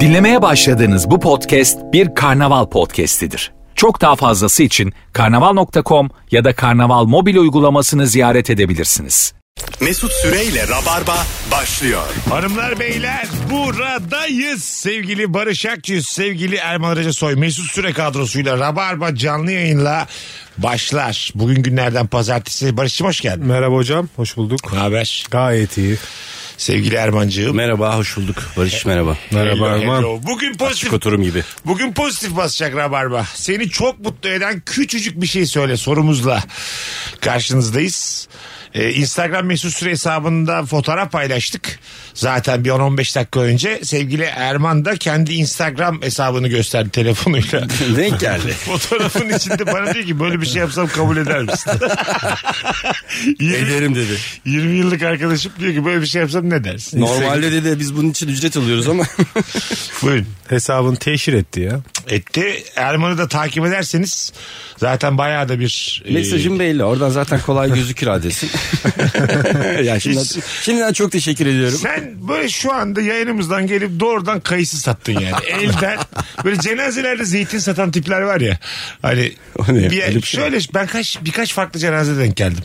Dinlemeye başladığınız bu podcast bir karnaval podcastidir. Çok daha fazlası için karnaval.com ya da karnaval mobil uygulamasını ziyaret edebilirsiniz. Mesut Süreyle Rabarba başlıyor. Hanımlar beyler buradayız. Sevgili Barış Akçıyız, sevgili Erman Arıca Soy, Mesut Süre kadrosuyla Rabarba canlı yayınla başlar. Bugün günlerden pazartesi. Barış'cığım hoş geldin. Merhaba hocam, hoş bulduk. Ne haber? Gayet iyi. Sevgili Erman'cığım. Merhaba, hoş bulduk. Barış merhaba. Merhaba Hello, Erman. hello. Bugün pozitif, Koturum gibi. bugün pozitif basacak Rabarba. Seni çok mutlu eden küçücük bir şey söyle sorumuzla karşınızdayız. Ee, Instagram mesut süre hesabında fotoğraf paylaştık. Zaten bir 10-15 dakika önce sevgili Erman da kendi Instagram hesabını gösterdi telefonuyla. Denk geldi. Fotoğrafın içinde bana diyor ki böyle bir şey yapsam kabul eder misin? Ederim dedi. 20 yıllık arkadaşım diyor ki böyle bir şey yapsam ne dersin? Normalde dedi biz bunun için ücret alıyoruz ama. Buyurun. Hesabını teşhir etti ya. etti. Erman'ı da takip ederseniz zaten bayağı da bir e, Mesajım belli. Oradan zaten kolay gözükür adresin. ya şimdiden, şimdiden çok teşekkür ediyorum. sen böyle şu anda yayınımızdan gelip doğrudan kayısı sattın yani. Elden. Böyle cenazelerde zeytin satan tipler var ya. Hani O ne ya? bir- Öyle bir şey şöyle ben kaç birkaç farklı cenazede denk geldim.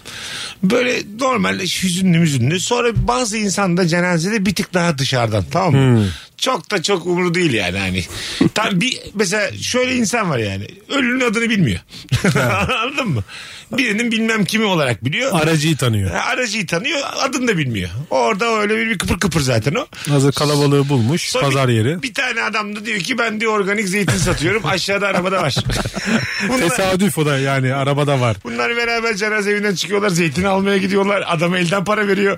Böyle normal hüzünlü müzünlü. Sonra bazı insan da cenazede bir tık daha dışarıdan tamam mı? Çok da çok umuru değil yani hani. Tam bir mesela şöyle insan var yani. Ölünün adını bilmiyor. Anladın mı? Birinin bilmem kimi olarak biliyor. Aracıyı tanıyor. Ha, Aracıyı tanıyor adını da bilmiyor. Orada öyle bir, bir kıpır kıpır zaten o. Hazır kalabalığı bulmuş. Sonra Pazar bir, yeri. Bir tane adam da diyor ki ben diyor organik zeytin satıyorum aşağıda arabada var. bunlar, Tesadüf o da yani arabada var. bunlar beraber cenaze evinden çıkıyorlar zeytin almaya gidiyorlar. Adam elden para veriyor.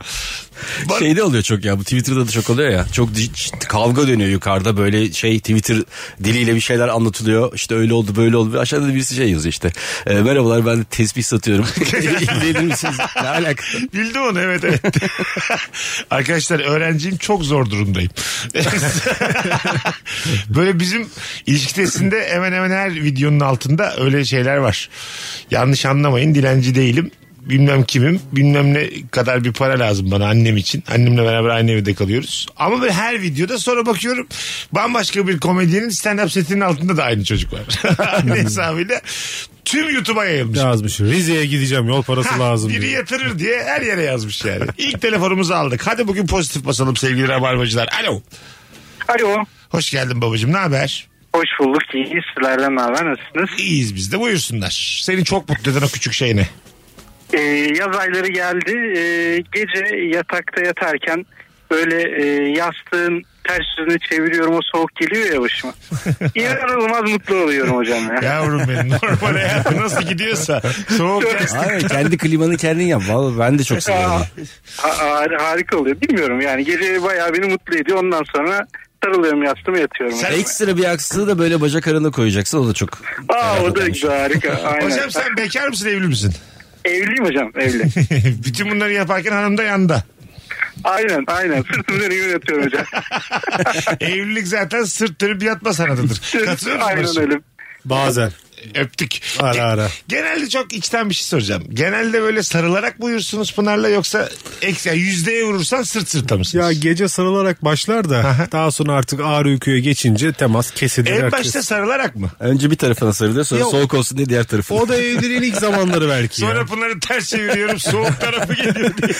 Şey, Bana- Şeyde Şey oluyor çok ya bu Twitter'da da çok oluyor ya. Çok di- ciddi kavga dönüyor yukarıda böyle şey Twitter diliyle bir şeyler anlatılıyor. İşte öyle oldu böyle oldu. Aşağıda da birisi şey yazıyor işte. E, merhabalar ben de tespih satıyorum. İlgilenir misiniz? Ne alaka? Bildim onu evet evet. Arkadaşlar öğrenciyim çok zor durumdayım. Böyle bizim ilişkitesinde hemen hemen her videonun altında öyle şeyler var. Yanlış anlamayın dilenci değilim. Bilmem kimim bilmem ne kadar bir para lazım bana annem için. Annemle beraber aynı evde kalıyoruz. Ama böyle her videoda sonra bakıyorum bambaşka bir komedyenin stand-up setinin altında da aynı çocuk var. Anne hesabıyla tüm YouTube'a yayılmış. Yazmış. Rize'ye gideceğim yol parası Ha, lazım Biri diyor. yatırır diye her yere yazmış yani. İlk telefonumuzu aldık. Hadi bugün pozitif basalım sevgili rabarbacılar. Alo. Alo. Hoş geldin babacığım. Ne haber? Hoş bulduk. İyi sizlerden ne haber? Nasılsınız? İyiyiz biz de. Buyursunlar. Seni çok mutlu eden o küçük şey ne? Ee, yaz ayları geldi. Ee, gece yatakta yatarken böyle e, yastığın ters yüzünü çeviriyorum. O soğuk geliyor ya başıma. İnanılmaz mutlu oluyorum hocam ya. Yavrum benim normal hayatı nasıl gidiyorsa. Soğuk yaz. Abi kendi klimanı kendin yap. Vallahi ben de çok seviyorum. Ha- har- harika oluyor. Bilmiyorum yani gece bayağı beni mutlu ediyor. Ondan sonra sarılıyorum yastıma yatıyorum. Sen- Ekstra bir aksığı da böyle bacak arana koyacaksın. O da çok Aa o da güzel harika. Aynen. Hocam sen bekar mısın evli misin? Evliyim hocam evli. Bütün bunları yaparken hanım da yanında. aynen aynen sırtımı dönüyor yatıyorum hocam. Evlilik zaten sırt dönüp yatma sanatıdır. Katılıyor musun? aynen Barış'ım? öyle. Bazen. Öptük. Ara Ge- ara. Genelde çok içten bir şey soracağım. Genelde böyle sarılarak mı uyursunuz Pınar'la yoksa eks, yani yüzdeye vurursan sırt sırta mısınız? Ya gece sarılarak başlar da daha sonra artık ağır uykuya geçince temas kesilir. en herkes. başta sarılarak mı? Önce bir tarafına sarılıyor sonra Yok. soğuk olsun diye diğer tarafına. O da evliliğin ilk zamanları belki. Sonra ya. Pınar'ı ters çeviriyorum soğuk tarafı geliyor diye.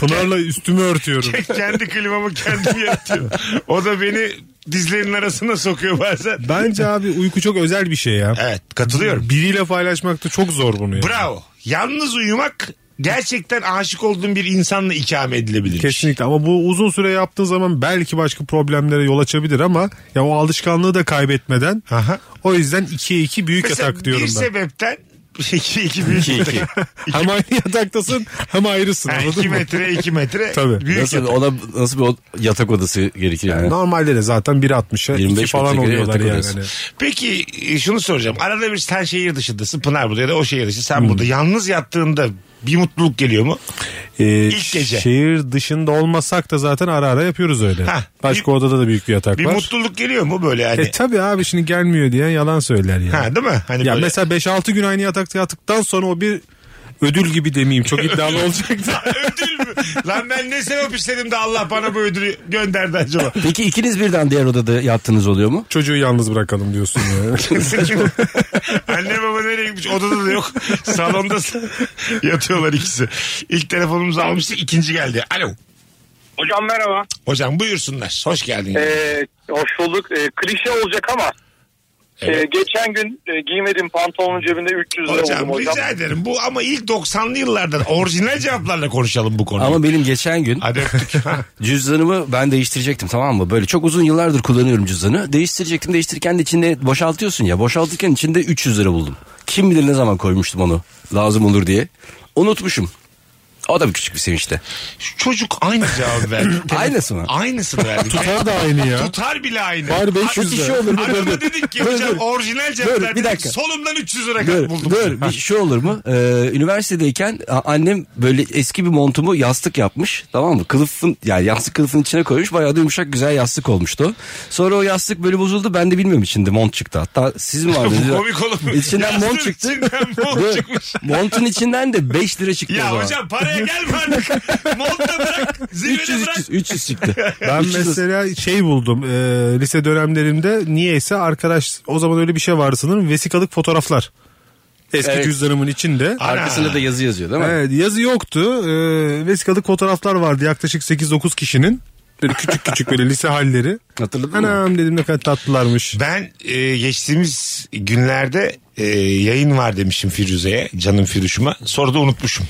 Pınar'la üstümü örtüyorum. Kendi klimamı kendim yaratıyorum. O da beni dizlerinin arasına sokuyor bazen. Bence abi uyku çok özel bir şey ya. Evet katılıyorum. Biriyle paylaşmak da çok zor bunu ya. Bravo. Yalnız uyumak gerçekten aşık olduğun bir insanla ikame edilebilir. şey. Kesinlikle ama bu uzun süre yaptığın zaman belki başka problemlere yol açabilir ama ya o alışkanlığı da kaybetmeden Aha. o yüzden ikiye iki büyük yatak diyorum bir ben. sebepten iki, iki, büyük İki, iki. Hem aynı yataktasın hem ayrısın Ha, anladın iki mı? metre iki metre. Tabii. Büyük Nasıl, ona nasıl bir o- yatak odası gerekir yani? Normalde de zaten 1.60'a 2 25 falan metre oluyorlar yatak yani. Hani, odası. Peki e, şunu soracağım. Arada bir sen şehir dışındasın. Pınar burada ya da o şehir dışı. Hmm. Sen burada. Yalnız yattığında bir mutluluk geliyor mu? Ee, İlk gece. Şehir dışında olmasak da zaten ara ara yapıyoruz öyle. Ha, Başka bir- odada da büyük bir yatak Bir var. mutluluk geliyor mu böyle yani? E tabi abi şimdi gelmiyor diye yalan söyler yani. ha değil mi? Hani Ya böyle- mesela 5-6 gün aynı yatakta yattıktan sonra o bir Ödül gibi demeyeyim çok iddialı olacaktı. ödül mü? Lan ben ne sevap işledim de Allah bana bu ödülü gönderdi acaba. Peki ikiniz birden diğer odada yattınız oluyor mu? Çocuğu yalnız bırakalım diyorsun ya. Anne baba nereye gitmiş? Odada da yok. Salonda s- yatıyorlar ikisi. İlk telefonumuzu almıştık. ikinci geldi. Alo. Hocam merhaba. Hocam buyursunlar. Hoş geldin. Ee, hoş bulduk. Ee, klişe olacak ama Evet. e, geçen gün e, giymediğim pantolonun cebinde 300 lira Hocam, buldum hocam. rica ederim. Bu ama ilk 90'lı yıllardan orijinal cevaplarla konuşalım bu konuyu. Ama benim geçen gün Hadi öptük. Ha. cüzdanımı ben değiştirecektim tamam mı? Böyle çok uzun yıllardır kullanıyorum cüzdanı. Değiştirecektim değiştirirken de içinde boşaltıyorsun ya. Boşaltırken içinde 300 lira buldum. Kim bilir ne zaman koymuştum onu lazım olur diye. Unutmuşum. O da bir küçük bir sevinçte. Şu Çocuk aynı cevabı verdi. Aynısı mı? Aynısını verdi. Tutar da aynı ya. Tutar bile aynı. şey Bari 500 kişi lira. olur mu? Adama Böyle. dedik ki Böyle, hocam böyle. orijinal cevaplar Böyle, bir dedik. dakika. Solumdan 300 lira Dur, buldum. dur. Bir şey olur mu? Ee, üniversitedeyken a- annem böyle eski bir montumu yastık yapmış. Tamam mı? Kılıfın yani yastık kılıfın içine koymuş. Bayağı da yumuşak güzel yastık olmuştu. Sonra o yastık böyle bozuldu. Ben de bilmiyorum içinde mont çıktı. Hatta siz mi vardınız? Bu komik oğlum. İçinden Yastığın mont çıktı. içinden mont Dur. çıkmış. Montun içinden de 5 lira çıktı o Ya zaman. hocam paraya gelme artık. Monta bırak. Zirvede 300, bırak. 300, 300 çıktı. Ben mesela şey buldum e, lise dönemlerimde niyeyse arkadaş o zaman öyle bir şey vardı sanırım vesikalık fotoğraflar. Eski Evet. cüzdanımın içinde. Arkasında da yazı yazıyor değil mi? Evet, yazı yoktu e, vesikalık fotoğraflar vardı yaklaşık 8-9 kişinin. Böyle küçük küçük böyle lise halleri. Hatırladın mı? Anam dedim ne kadar tatlılarmış. Ben e, geçtiğimiz günlerde e, yayın var demişim Firuze'ye. Canım Firuş'uma. Sonra da unutmuşum.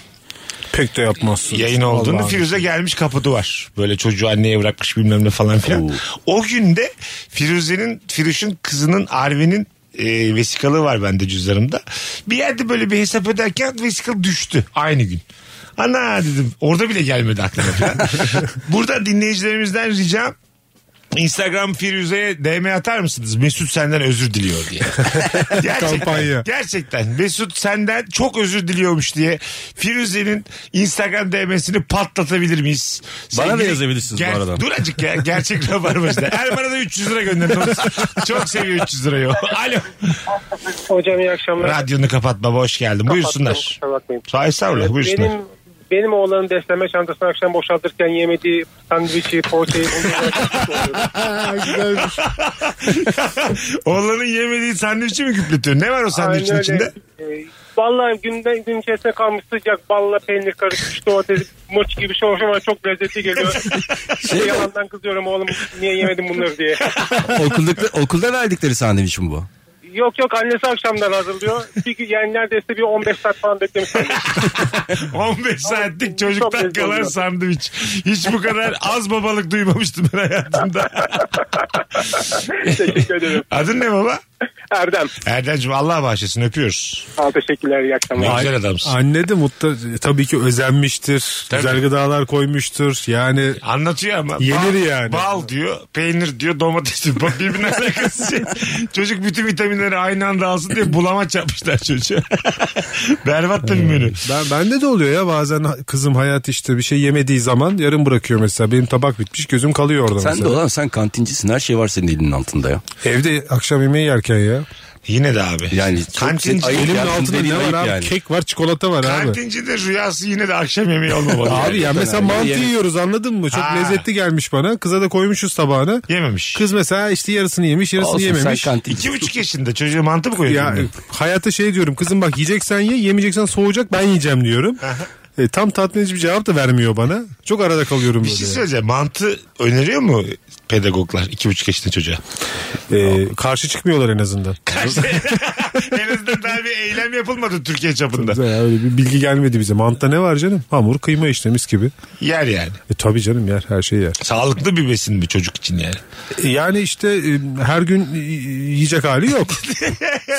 Pek de yapmazsın. Yayın olduğunu. Vallahi. Firuze gelmiş kapıda var. Böyle çocuğu anneye bırakmış bilmem ne falan filan. O günde Firuze'nin, Firuş'un kızının Arvin'in e, vesikalığı var bende cüzdanımda. Bir yerde böyle bir hesap öderken vesikalı düştü aynı gün. Ana dedim orada bile gelmedi aklıma falan. Burada dinleyicilerimizden ricam Instagram Firuze'ye DM atar mısınız? Mesut senden özür diliyor diye. gerçekten, Kampanya. gerçekten Mesut senden çok özür diliyormuş diye Firuze'nin Instagram DM'sini patlatabilir miyiz? Bana da yazabilirsiniz bu arada. Dur azıcık ya gerçek rabarbacıda. Erman'a da 300 lira gönderin. çok seviyor 300 lirayı. o. Alo. Hocam iyi akşamlar. Radyonu kapatma hoş geldin. Buyursunlar. Kusura bakmayın. Sağ estağfurullah buyursunlar. Benim benim oğlanın besleme çantasını akşam boşaltırken yemediği sandviçi, poğaçayı Oğlanın yemediği sandviçi mi küpletiyorsun? Ne var o sandviçin içinde? Ee, Vallahi günden gün içerisinde kalmış sıcak balla peynir karışmış domates moç gibi şey olmuş ama çok lezzetli geliyor. şey yalandan kızıyorum oğlum niye yemedim bunları diye. okulda, okulda verdikleri sandviç mi bu? Yok yok annesi akşamdan hazırlıyor. Bir gün yani neredeyse bir 15 saat falan beklemiş. 15 saatlik çocuktan Çok lezzetli kalan oldu. sandviç. Hiç bu kadar az babalık duymamıştım ben hayatımda. Teşekkür ederim. Adın ne baba? Erdem. Erdem'cim Allah bağışlasın öpüyoruz. Ha, teşekkürler iyi akşamlar. Ne güzel adamsın. Anne de mutlu e, tabii ki özenmiştir. Tabii. Güzel gıdalar koymuştur. Yani Anlatıyor ama. bal, Yenir yani. Bal diyor, peynir diyor, domates diyor. Bak Birbirine alakası şey. Çocuk bütün vitaminleri aynı anda alsın diye bulamaç yapmışlar çocuğa. Berbat da bir menü. Ben bende de oluyor ya bazen ha- kızım hayat işte bir şey yemediği zaman yarım bırakıyor mesela. Benim tabak bitmiş gözüm kalıyor orada Sen de mesela. olan sen kantincisin her şey var senin elinin altında ya. Evde akşam yemeği yerken ya. Yine de abi. Yani çok Kantinci- ayıp Elimin ya, altında dediğin ne var ayıp abi? yani. Kek var çikolata var abi. Kantincide rüyası yine de akşam yemeği olmamalı. Abi ya mesela abi, mantı yeriz. yiyoruz anladın mı? Çok Ha. lezzetli gelmiş bana. Kıza da koymuşuz tabağını. Yememiş. Kız mesela işte yarısını yemiş yarısını Olsun, sen yememiş. kantincisin. İki buçuk yaşında çocuğa mantı mı koyuyorsun? Ya Ya, hayata şey diyorum kızım bak yiyeceksen ye yemeyeceksen soğuyacak ben yiyeceğim diyorum. E, tam tatmin edici bir cevap da vermiyor bana. Çok arada kalıyorum bir böyle. şey söyleyeceğim. Mantı öneriyor mu pedagoglar iki buçuk yaşında çocuğa? E, karşı çıkmıyorlar en azından. en azından daha bir eylem yapılmadı Türkiye çapında. Ya öyle bir bilgi gelmedi bize. Mantta ne var canım? Hamur, kıyma işte mis gibi. Yer yani. E tabii canım yer her şeyi yer. Sağlıklı bir besin bir çocuk için yani. E, yani işte e, her gün e, yiyecek hali yok.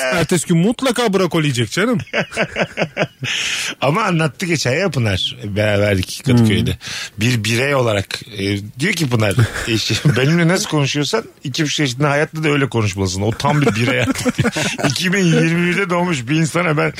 Ertesi gün mutlaka brokoli yiyecek canım. Ama anlattı geçen ya Pınar beraberdik Kadıköy'de. Bir birey olarak e, diyor ki Pınar eşi benimle nasıl konuşuyorsan iki buçuk yaşında hayatta da öyle konuşmalısın. O tam bir birey artık. 2021'de doğmuş bir insana ben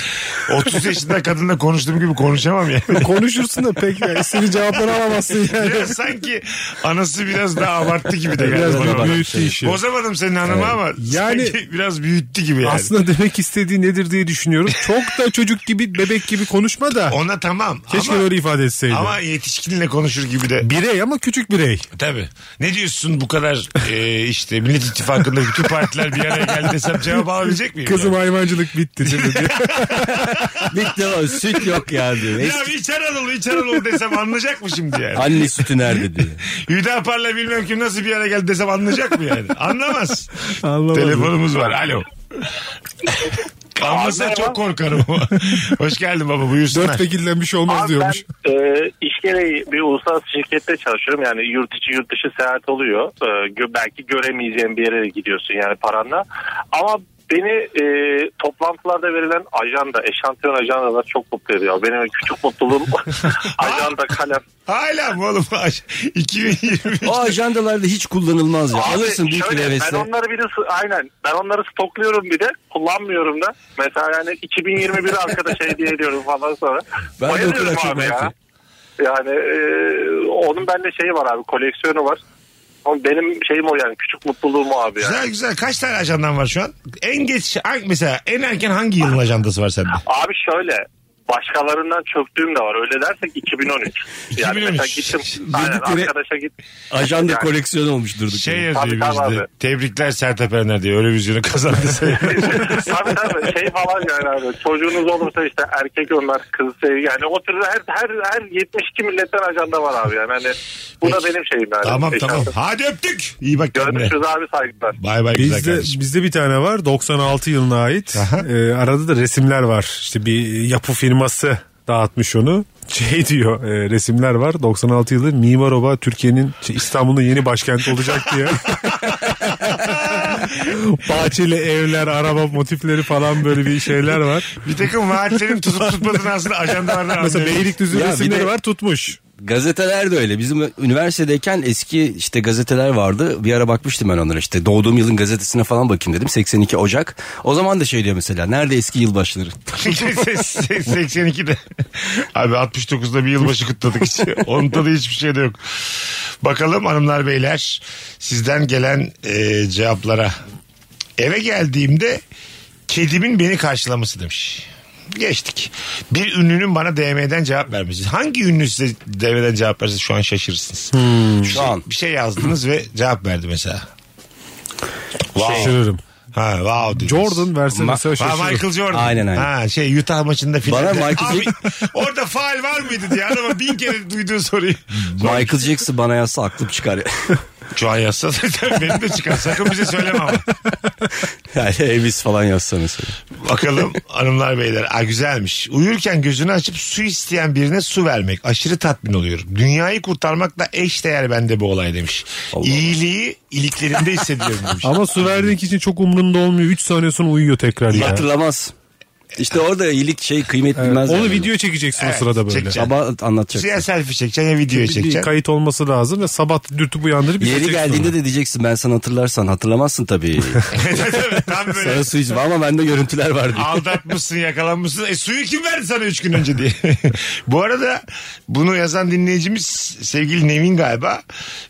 30 yaşında kadınla konuştuğum gibi konuşamam yani. Konuşursun da pek yani seni cevapları alamazsın yani. Biraz sanki anası biraz daha abarttı gibi de geldi. Biraz bana. daha büyüttü işi. Bozamadım senin hanımı ama yani Yani- biraz büyüttü gibi yani. Aslında demek istediği nedir diye düşünüyorum. Çok da çocuk gibi bebek gibi konuşma da Ona tamam keşke ama, öyle ifade etseydi. ama yetişkinle konuşur gibi de. Birey ama küçük birey. Tabii. Ne diyorsun bu kadar e, işte Millet İttifakı'nda bütün partiler bir araya geldi desem cevap alabilecek miyim? Kızım hayvancılık bitti. değil mi? Bit ne var? Süt yok ya diyor. Ya Eski- bir İç Anadolu, İç Anadolu desem anlayacak mı şimdi yani? Anne sütü nerede diyor. Hüdapar'la bilmem kim nasıl bir yere geldi desem anlayacak mı yani? Anlamaz. Anlamadım. Telefonumuz var. Alo. Anlasa çok korkarım ama. Hoş geldin baba buyursunlar. Dört vekilden bir şey olmaz Abi ben diyormuş. e, iş gereği bir uluslararası şirkette çalışıyorum. Yani yurt içi yurt dışı seyahat oluyor. E, gö- belki göremeyeceğim bir yere gidiyorsun yani paranla. Ama beni e, toplantılarda verilen ajanda, eşantiyon ajandalar çok mutlu ediyor. Benim küçük mutluluğum ajanda, kalem. Hala mı oğlum? 2020. O ajandalarda hiç kullanılmaz ya. Alırsın Abi büyük bir şöyle, Ben hevesle. onları bir de s- aynen ben onları stokluyorum bir de kullanmıyorum da. Mesela yani 2021 arkadaş hediye ediyorum falan sonra. Ben de o kadar Bayılıyorum çok abi merak ya. ettim. Yani e, onun bende şeyi var abi koleksiyonu var. Ama benim şeyim o yani küçük mutluluğum o abi yani. Güzel güzel. Kaç tane ajandan var şu an? En geç hangi- mesela en erken hangi yılın ajandası var sende? Abi şöyle başkalarından çöktüğüm de var. Öyle dersek 2013. Yani 2013. mesela gittim. Aynen, Dedikleri- arkadaşa git. Ajanda Yani- koleksiyonu olmuş durduk. Şey yere. yazıyor Tabii, tabii bizde. abi. Tebrikler Sertap Erener diye. Eurovizyonu kazandı. tabii tabii şey falan yani abi. Çocuğunuz olursa işte erkek onlar kız şey yani o türlü her her her 72 milletten ajanda var abi yani hani bu da benim şeyim yani. tamam Şey, tamam. Hadi öptük. İyi bak kendine. Görüşürüz abi saygılar. Bay bay güzel Bizde, kardeşim. bizde bir tane var 96 yılına ait. Ee, arada da resimler var. İşte bir yapı firması dağıtmış onu. Şey diyor e, resimler var 96 yılı Mimar Oba Türkiye'nin şey, İstanbul'un yeni başkenti olacak diye. Bahçeli evler, araba motifleri falan böyle bir şeyler var. Bir takım vaatlerin tutup tutmadığını aslında ajandalardan Mesela anlıyoruz. Beylikdüzü Ya bir resimleri de- var tutmuş. Gazeteler de öyle. Bizim üniversitedeyken eski işte gazeteler vardı. Bir ara bakmıştım ben onlara işte. Doğduğum yılın gazetesine falan bakayım dedim. 82 Ocak. O zaman da şey diyor mesela. Nerede eski yılbaşları? Şey, 82'de. Abi 69'da bir yılbaşı kutladık hiç. Onun tadı hiçbir şey de yok. Bakalım hanımlar beyler sizden gelen e, cevaplara. Eve geldiğimde kedimin beni karşılaması demiş. Geçtik. Bir ünlünün bana DM'den cevap vermesi. Hangi ünlü size DM'den cevap verse şu an şaşırırsınız. Hmm, Şu an. Bir şey yazdınız ve cevap verdi mesela. Şey, Şaşırırım. Ha, wow dediniz. Jordan verse Ma- mesela Ha, şaşırırım. Michael Jordan. Aynen, aynen. Ha, şey Utah maçında filan. Bana Michael- Abi, orada faal var mıydı diye adama bin kere duyduğu soruyu. Michael Jackson bana yazsa aklım çıkar. Şu an yazsa zaten benim de çıkar. Sakın bize söyleme ama. yani Elvis falan yazsa mesela. Bakalım hanımlar beyler. Aa, güzelmiş. Uyurken gözünü açıp su isteyen birine su vermek. Aşırı tatmin oluyorum. Dünyayı kurtarmakla eş değer bende bu olay demiş. Allah. İyiliği iliklerinde hissediyorum demiş. Ama su verdiğin için çok umrunda olmuyor. 3 saniye sonra uyuyor tekrar ya. Hatırlamaz. İşte orada iyilik şey kıymet Evet, bilmez. Onu yani. video Şey, çekeceksin Evet, o sırada böyle. çekeceğim. Sabah anlatacak. Ya selfie çekeceksin ya video Bir- Bir çekeceksin. kayıt olması lazım ve sabah dürtüp uyandırıp Yeri izleyeceksin geldiğinde onu. de diyeceksin ben sana hatırlarsan hatırlamazsın tabii. Tam böyle. Sana su içme ama bende görüntüler var diye. Aldatmışsın yakalanmışsın. E suyu kim verdi sana 3 gün önce diye. Bu arada bunu yazan dinleyicimiz sevgili Nevin galiba.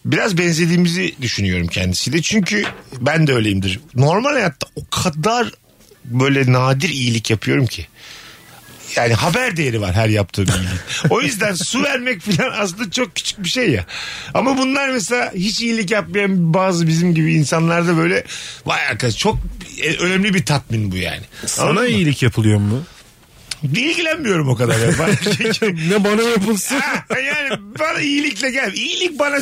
Biraz benzediğimizi düşünüyorum kendisiyle. Çünkü ben de öyleyimdir. Normal hayatta o kadar böyle nadir iyilik yapıyorum ki. Yani haber değeri var her yaptığım iyiliğin. O yüzden su vermek falan aslında çok küçük bir şey ya. Ama bunlar mesela hiç iyilik yapmayan bazı bizim gibi insanlarda böyle vay arkadaş çok e, önemli bir tatmin bu yani. Anladın Sana mı? iyilik yapılıyor mu? İlgilenmiyorum o kadar. ya. Bana- şey Ne bana yapılsın? Ha, yani bana iyilikle gel. İyilik bana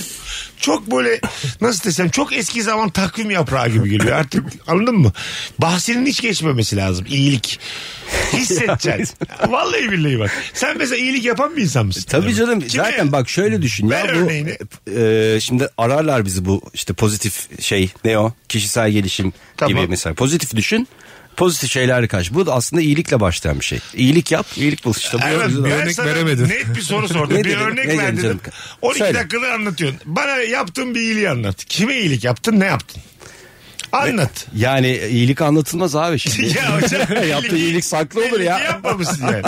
çok böyle nasıl desem çok eski zaman takvim yaprağı gibi geliyor. Artık anladın mı? Bahsinin hiç geçmemesi lazım. İyilik. Hissedeceksin. Vallahi billahi bak. Sen mesela iyilik yapan bir insan mısın? Tabii canım Kime? zaten bak şöyle düşün Ver ya bu örneğini. e, şimdi ararlar bizi bu işte pozitif şey ne o kişisel gelişim Tamam. gibi mesela pozitif düşün pozitif şeylerle karşı bu da aslında iyilikle başlayan bir şey iyilik yap iyilik bul işte bu Erman, güzel. ben örnek sana veremedin. Net bir soru sordum. Ne bir dedim, örnek ne ver dedim dedim. canım? 12 Söyle. dakikada anlatıyorsun. Bana yaptığın bir iyiliği anlat. Kime iyilik yaptın? Ne yaptın? Anlat. Yani iyilik anlatılmaz abi şimdi. ya hocam. Yaptığı iyilik saklı olur ya. Yapmamışsın yani.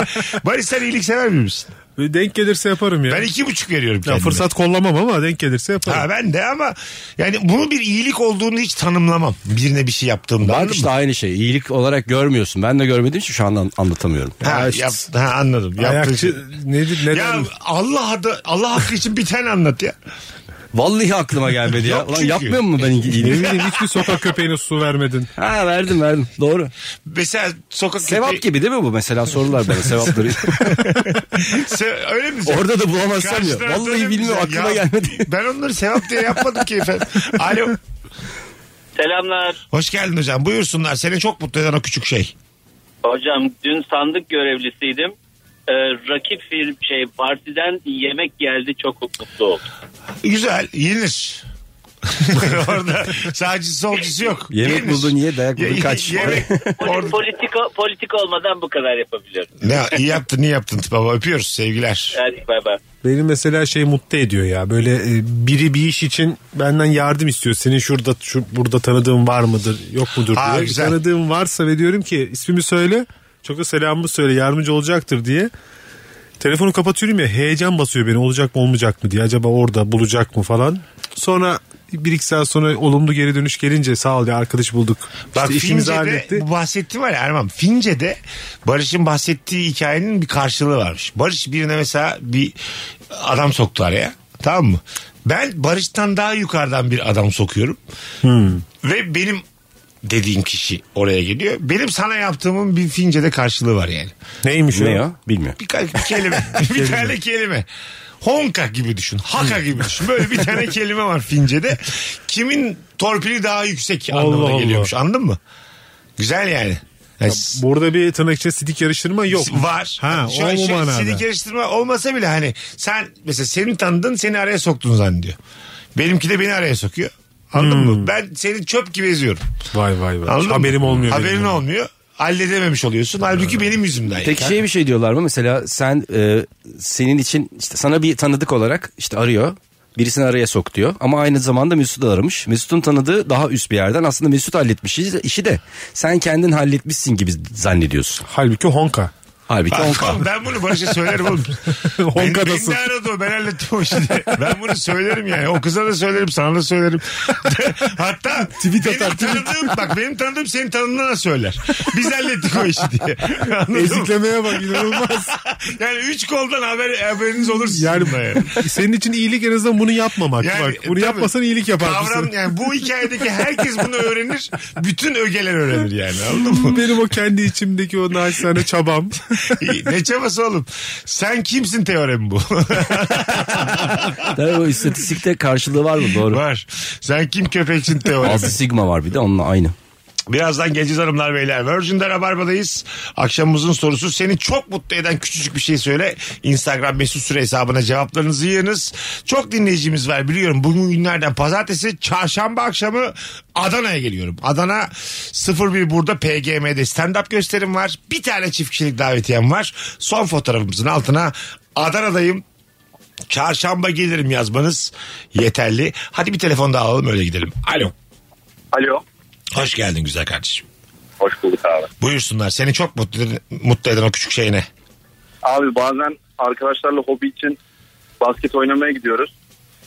Barış sen iyilik sever misin? Ve Denk gelirse yaparım ya. Ben iki buçuk veriyorum ya kendime. fırsat kollamam ama denk gelirse yaparım. Ha ben de ama yani bunu bir iyilik olduğunu hiç tanımlamam. Birine bir şey yaptığımda. Bak anladın işte mı? aynı şey. İyilik olarak görmediyorsun. Ben de görmediğim için şu an anlatamıyorum. Ha, Ya işte- yap, ha anladım. Yaptığın şey. Ayakçı nedir neden? Ya Allah adı, Allah hakkı için bir tane anlat ya. Vallahi aklıma gelmedi ya. Yok Ulan çünkü. yapmıyor mu ben Ne iyiliği? bileyim hiçbir sokak köpeğine su vermedin. ha verdim verdim. Doğru. Mesela sokak Sevap köpeği- gibi değil mi bu? Mesela sorular bana sevapları. Se- öyle mi diyeceksin? Orada da bulamazsam ya. Karşıdan dönüp Vallahi bilmiyorum diyeceksin. aklıma Ya, gelmedi. Ben onları sevap diye yapmadım ki efendim. Alo. Selamlar. Hoş geldin hocam. Buyursunlar. Seni çok mutlu eden o küçük şey. Hocam dün sandık görevlisiydim. Ee, rakip film şey partiden yemek geldi çok mutlu oldum. Güzel. Yenir. Orada sağcısı solcusu yok. Yemek Yenir. buldun niye dayak Ye- buldun ye- kaç. yemek- Poli- Orada- politika, politik olmadan bu kadar yapabiliyorum. ne, iyi yaptın iyi yaptın baba öpüyoruz sevgiler. Hadi bay bay. Beni mesela şey mutlu ediyor ya. Böyle e, biri bir iş için benden yardım istiyor. Senin şurada şu, burada tanıdığın var mıdır yok mudur Ha, diye. güzel. Tanıdığım varsa ve diyorum ki ismimi söyle. Çok da selamımı söyle yardımcı olacaktır diye. Telefonu kapatıyorum ya heyecan basıyor beni olacak mı olmayacak mı diye. Acaba orada bulacak mı falan. Sonra bir iki saat sonra olumlu geri dönüş gelince sağ ol ya arkadaş bulduk. Bak işte işimizi halletti. Fince'de bu bahsettiğim var ya Erman. Fince'de Barış'ın bahsettiği hikayenin bir karşılığı varmış. Barış birine mesela bir adam soktu araya. Tamam mı? Ben Barış'tan daha yukarıdan bir adam sokuyorum. Hmm. Ve benim dediğim kişi oraya geliyor. Benim sana yaptığımın bir Fince'de karşılığı var yani. Neymiş Ne o? ya? Bilmiyorum. Bir, ka- bir kelime. bir tane kelime. Honka gibi düşün. Haka gibi düşün. Böyle bir tane kelime var Fince'de. Kimin torpili daha yüksek anlamına Allah Allah. geliyormuş. Anladın mı? Güzel yani. Yani s- Burada bir tırnak içinde sidik yarıştırma yok. var. Ha, Şu- o mu şu- manada? sidik yarıştırma olmasa bile hani sen mesela seni tanıdın seni araya soktun zannediyor. Benimki de beni araya sokuyor. Anladın mı? Ben seni çöp gibi eziyorum. Vay vay vay. Anladın mı? Hmm. Haberim olmuyor. Haberin benim. olmuyor. Halledememiş oluyorsun. Halbuki benim yüzümden. Peki yani. şey bir şey diyorlar mı? Mesela sen e, senin için işte sana bir tanıdık olarak işte arıyor. Birisini araya sok diyor. Ama aynı zamanda Mesut da aramış. Mesut'un tanıdığı daha üst bir yerden. Aslında Mesut halletmiş işi- işi de sen kendin halletmişsin gibi zannediyorsun. Halbuki honka. Halbuki onka. Oğlum ben bunu Barış'a söylerim oğlum. Beni, beni Honka'dasın. de aradı o ben hallettim o işi diye. Ben bunu söylerim yani. O kıza da söylerim sana da söylerim. Hatta tweet benim tanıdığım, bak benim tanıdığım senin tanıdığına da söyler. Biz hallettik o işi diye. Anladın mı? Eziklemeye bak inanılmaz. Yani üç koldan haber, haberiniz olur sizin Yani de senin için iyilik en azından bunu yapmamak. Yani, bak bunu tabii. yapmasan iyilik yaparsın. Kavram yani bu hikayedeki herkes bunu öğrenir. Bütün ögeler öğrenir yani anladın mı? Benim o kendi içimdeki o naçizane çabam. ne çabası oğlum? Sen kimsin teoremi bu? Tabii o istatistikte karşılığı var mı? Doğru. Var. Sen kim köpeksin teoremi? Altı sigma var bir de onunla aynı. Birazdan geleceğiz hanımlar beyler. Virgin'de Rabarba'dayız. Akşamımızın sorusu seni çok mutlu eden küçücük bir şey söyle. Instagram mesut süre hesabına cevaplarınızı yığınız. Çok dinleyicimiz var biliyorum. Bugün günlerden pazartesi çarşamba akşamı Adana'ya geliyorum. Adana 01 burada PGM'de stand up gösterim var. Bir tane çift kişilik davetiyem var. Son fotoğrafımızın altına Adana'dayım. Çarşamba gelirim yazmanız yeterli. Hadi bir telefon daha alalım öyle gidelim. Alo. Alo. Hoş geldin güzel kardeşim. Hoş bulduk abi. Buyursunlar. Seni çok mutlu, mutlu eden o küçük şey ne? Abi bazen arkadaşlarla hobi için basket oynamaya gidiyoruz.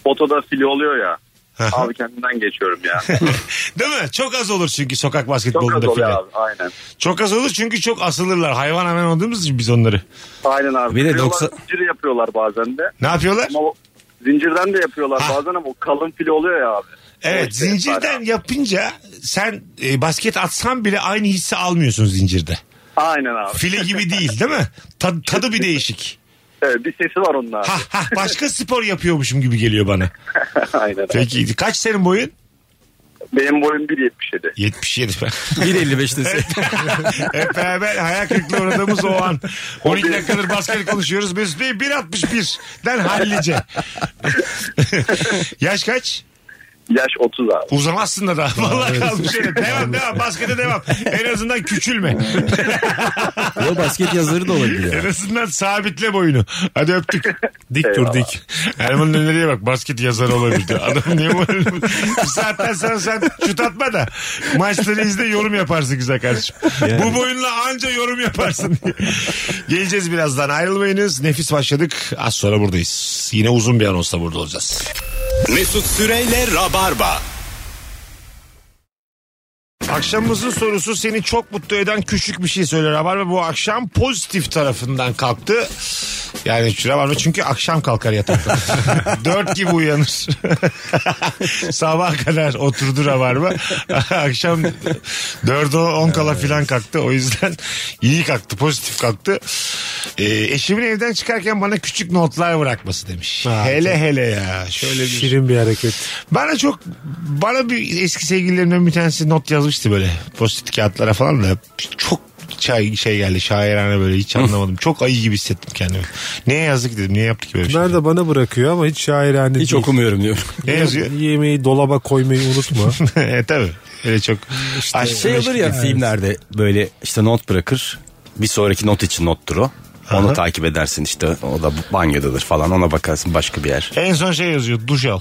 Fotoda fili oluyor ya. abi kendimden geçiyorum ya. Değil mi? Çok az olur çünkü sokak Çok az basketbolunda oluyor filan. abi aynen. Çok az olur çünkü çok asılırlar. Hayvan hemen olduğumuz için biz onları. Aynen abi. Bir de Kırıyorlar, 90 Zincir yapıyorlar bazen de. Ne yapıyorlar? Ama o zincirden de yapıyorlar Ha. bazen ama o kalın fili oluyor ya abi. şey Evet İşte zincirden bayağı. yapınca sen e, basket atsan bile aynı hissi almıyorsun zincirde. Aynen abi. File gibi değil değil mi? Tadı, tadı bir değişik. Evet, bir sesi var onun abi. Ha ha başka spor yapıyormuşum gibi geliyor bana. aynen abi. Peki kaç senin boyun? Benim boyum 1.77. 77. 1.55'te Hep beraber hayal kırıklığı uğradığımız o an. 12 dakikadır basket konuşuyoruz. Mesut Bey 1.61'den hallice. Yaş kaç? Yaş 30 abi. Uzamazsın da daha. Vallahi kalmış öyle. Devam devam. Baskete devam. En azından küçülme. Yo basket yazıları da olabilir. en ya. azından sabitle boyunu. Hadi öptük. Dik dur dik. Erman'ın öneriye bak. Basket yazarı olabilir. diyor. Adam niye bu? Bir saatten sonra sen şut atma da maçları izle yorum yaparsın güzel kardeşim. Bu boyunla anca yorum yaparsın diye. Geleceğiz birazdan. Ayrılmayınız. Nefis başladık. Az sonra buradayız. Yine uzun bir anonsla burada olacağız. Mesut Süreyle Rabarba. Akşamımızın sorusu seni çok mutlu eden küçük bir şey söyle Rabarba. Bu akşam pozitif tarafından kalktı. Yani şu Rabarba çünkü akşam kalkar yataktan. Dört gibi uyanır. Sabah kadar oturdu Rabarba. akşam dörde on kala filan kalktı. O yüzden iyi kalktı, pozitif kalktı. Ee, eşimin evden çıkarken bana küçük notlar bırakması demiş. Ha, şey hele hele ya. Şöyle bir Şirin bir hareket. bana çok bana bir eski sevgililerimden bir tanesi not yazmıştı böyle post-it kağıtlara falan da çok şey, şey geldi şairane böyle hiç anlamadım. çok ayı gibi hissettim kendimi. Neye yazık dedim niye yaptık böyle bir şey. Bunlar da bana bırakıyor ama hiç şairane Hiç değil. okumuyorum diyorum. Ne yazıyor? Yemeği dolaba koymayı unutma. e, tabii öyle çok aşk şey olur ya filmlerde böyle işte not bırakır. Bir sonraki not için nottur o. Onu takip edersin işte o da banyodadır falan ona bakarsın başka bir yer. En son şey yazıyor duş al.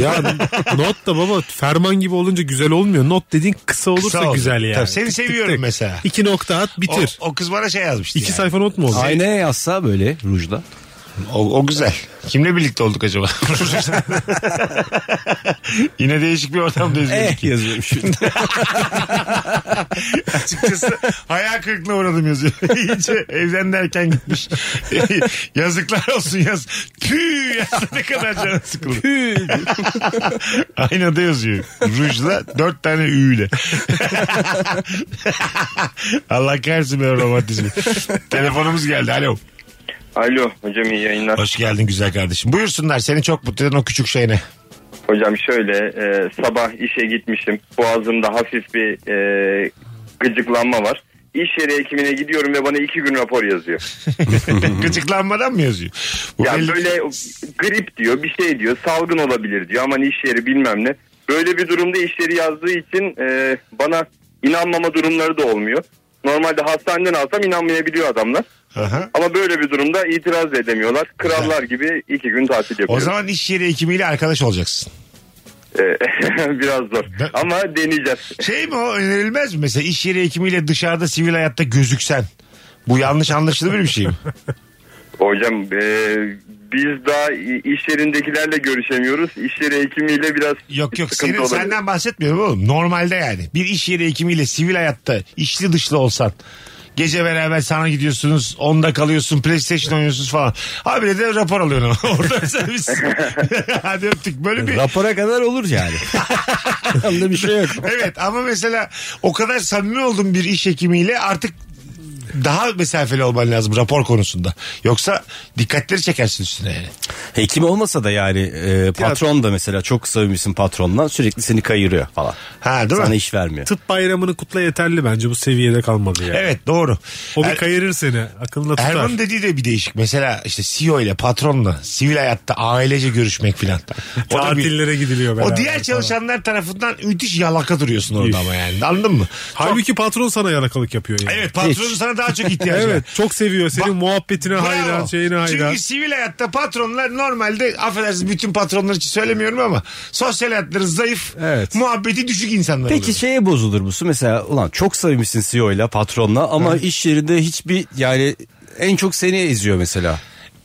ya not da baba ferman gibi olunca güzel olmuyor. Not dediğin kısa olursa Kısa olur. güzel yani. Tabii, seni Tık tık seviyorum tık. mesela. İki nokta at O, bitir. o kız bana şey yazmıştı. İki yani. sayfa not mu olur? Aynaya yazsa böyle rujla. O, o güzel. Kimle birlikte olduk acaba? Yine değişik bir ortamdayız. Eh. belli ki. yazıyormuş. Açıkçası hayal kırıklığına uğradım yazıyor. İyice evden derken gitmiş. Yazıklar olsun yaz. Püh yazsa ne kadar canı sıkıldı. Aynada yazıyor. Rujla dört tane üyle. Allah kahretsin böyle romantizmi. Telefonumuz geldi. Alo. Alo hocam iyi yayınlar. Hoş geldin güzel kardeşim. Buyursunlar seni çok mutlu eden o küçük şey ne? Hocam şöyle e, sabah işe gitmişim. Boğazımda hafif bir e, gıcıklanma var. İş yeri hekimine gidiyorum ve bana iki gün rapor yazıyor. Gıcıklanmadan mı yazıyor? Bu Ya belli- böyle grip diyor bir şey diyor salgın olabilir diyor aman iş yeri bilmem ne. Böyle bir durumda iş yeri yazdığı için e, bana inanmama durumları da olmuyor. Normalde hastaneden alsam inanmayabiliyor adamlar. Aha. Ama böyle bir durumda itiraz da edemiyorlar. Krallar gibi iki gün tatil O yapıyorum. zaman iş yeri hekimiyle arkadaş olacaksın. E, Biraz zor. Ben- Ama deneyeceğiz. Şey mi o önerilmez mi mesela iş yeri hekimiyle dışarıda sivil hayatta gözüksen? Bu yanlış anlaşılabilir bir şey mi? Hocam e, biz daha i- iş yerindekilerle görüşemiyoruz. İş yeri hekimiyle biraz Yok yok sıkıntı senin, olabilir. senden bahsetmiyorum oğlum. Normalde yani bir iş yeri hekimiyle sivil hayatta içli dışlı olsan Gece beraber sana gidiyorsunuz. Onda kalıyorsun. PlayStation oynuyorsunuz falan. Abi de rapor alıyorsun. ama. Orada servis. Hadi öptük. Böyle bir Rapora kadar olur yani. Anlamda bir şey yok. Evet ama mesela o kadar samimi oldum bir iş hekimiyle artık daha mesafeli olman lazım rapor konusunda. Yoksa dikkatleri çekersin üstüne yani. Hekim olmasa da yani e, patron da mesela çok sevimlisin patronla sürekli seni kayırıyor falan. Ha değil Sana mi? iş vermiyor. Tıp bayramını kutla yeterli bence bu seviyede kalmadı yani. Evet doğru. O bir Er- kayırır seni. Akıllı tutar. Erman'ın dediği de bir değişik. Mesela işte CEO ile patronla sivil hayatta ailece görüşmek filan. O da bir- Tatillere gidiliyor beraber. O diğer falan. çalışanlar tarafından müthiş yalaka duruyorsun orada ama yani. Anladın mı? Halbuki patron sana yalakalık yapıyor yani. Evet patronun sana daha çok ihtiyacı var. Evet çok seviyor senin Bak- muhabbetine Bravo. hayran şeyine hayran. Çünkü sivil hayatta patronlar normalde affedersiniz bütün patronlar için söylemiyorum ama sosyal hayatları zayıf, Evet. muhabbeti düşük insanlar Peki oluyor. şeye bozulur musun? Mesela ulan çok sevimlisin CEO ile patronla ama iş yerinde hiçbir yani en çok seni eziyor mesela.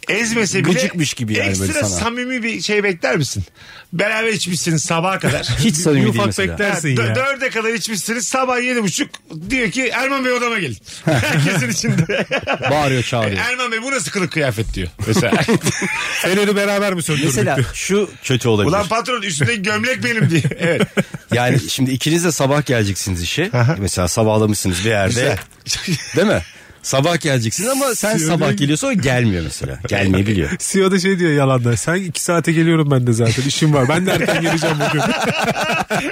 Ezmese bile Gıcıkmış gibi yani ekstra böyle sana. samimi bir şey bekler misin? Beraber içmişsiniz sabaha kadar. Hiç samimi değil ufak mesela. bekler. Dersin Dö- ya. Dörde kadar içmişsiniz sabah yedi buçuk diyor ki Erman Bey odama gelin. Herkesin içinde. E, Bağırıyor çağırıyor. Erman Bey bu nasıl kılık kıyafet diyor. Mesela. Feneri beraber mi söndürdük? Mesela şu kötü olabilir. Ulan patron üstündeki gömlek benim diyor. Evet. Yani şimdi ikiniz de sabah geleceksiniz işe. Mesela sabahlamışsınız bir yerde. Değil mi? Sabah geleceksin ama sen Siyon'un- sabah geliyorsun o gelmiyor mesela. Gelmeyebiliyor. CEO da şey diyor yalandan. Sen iki saate geliyorum ben de zaten. işim var. Ben de erken geleceğim bugün.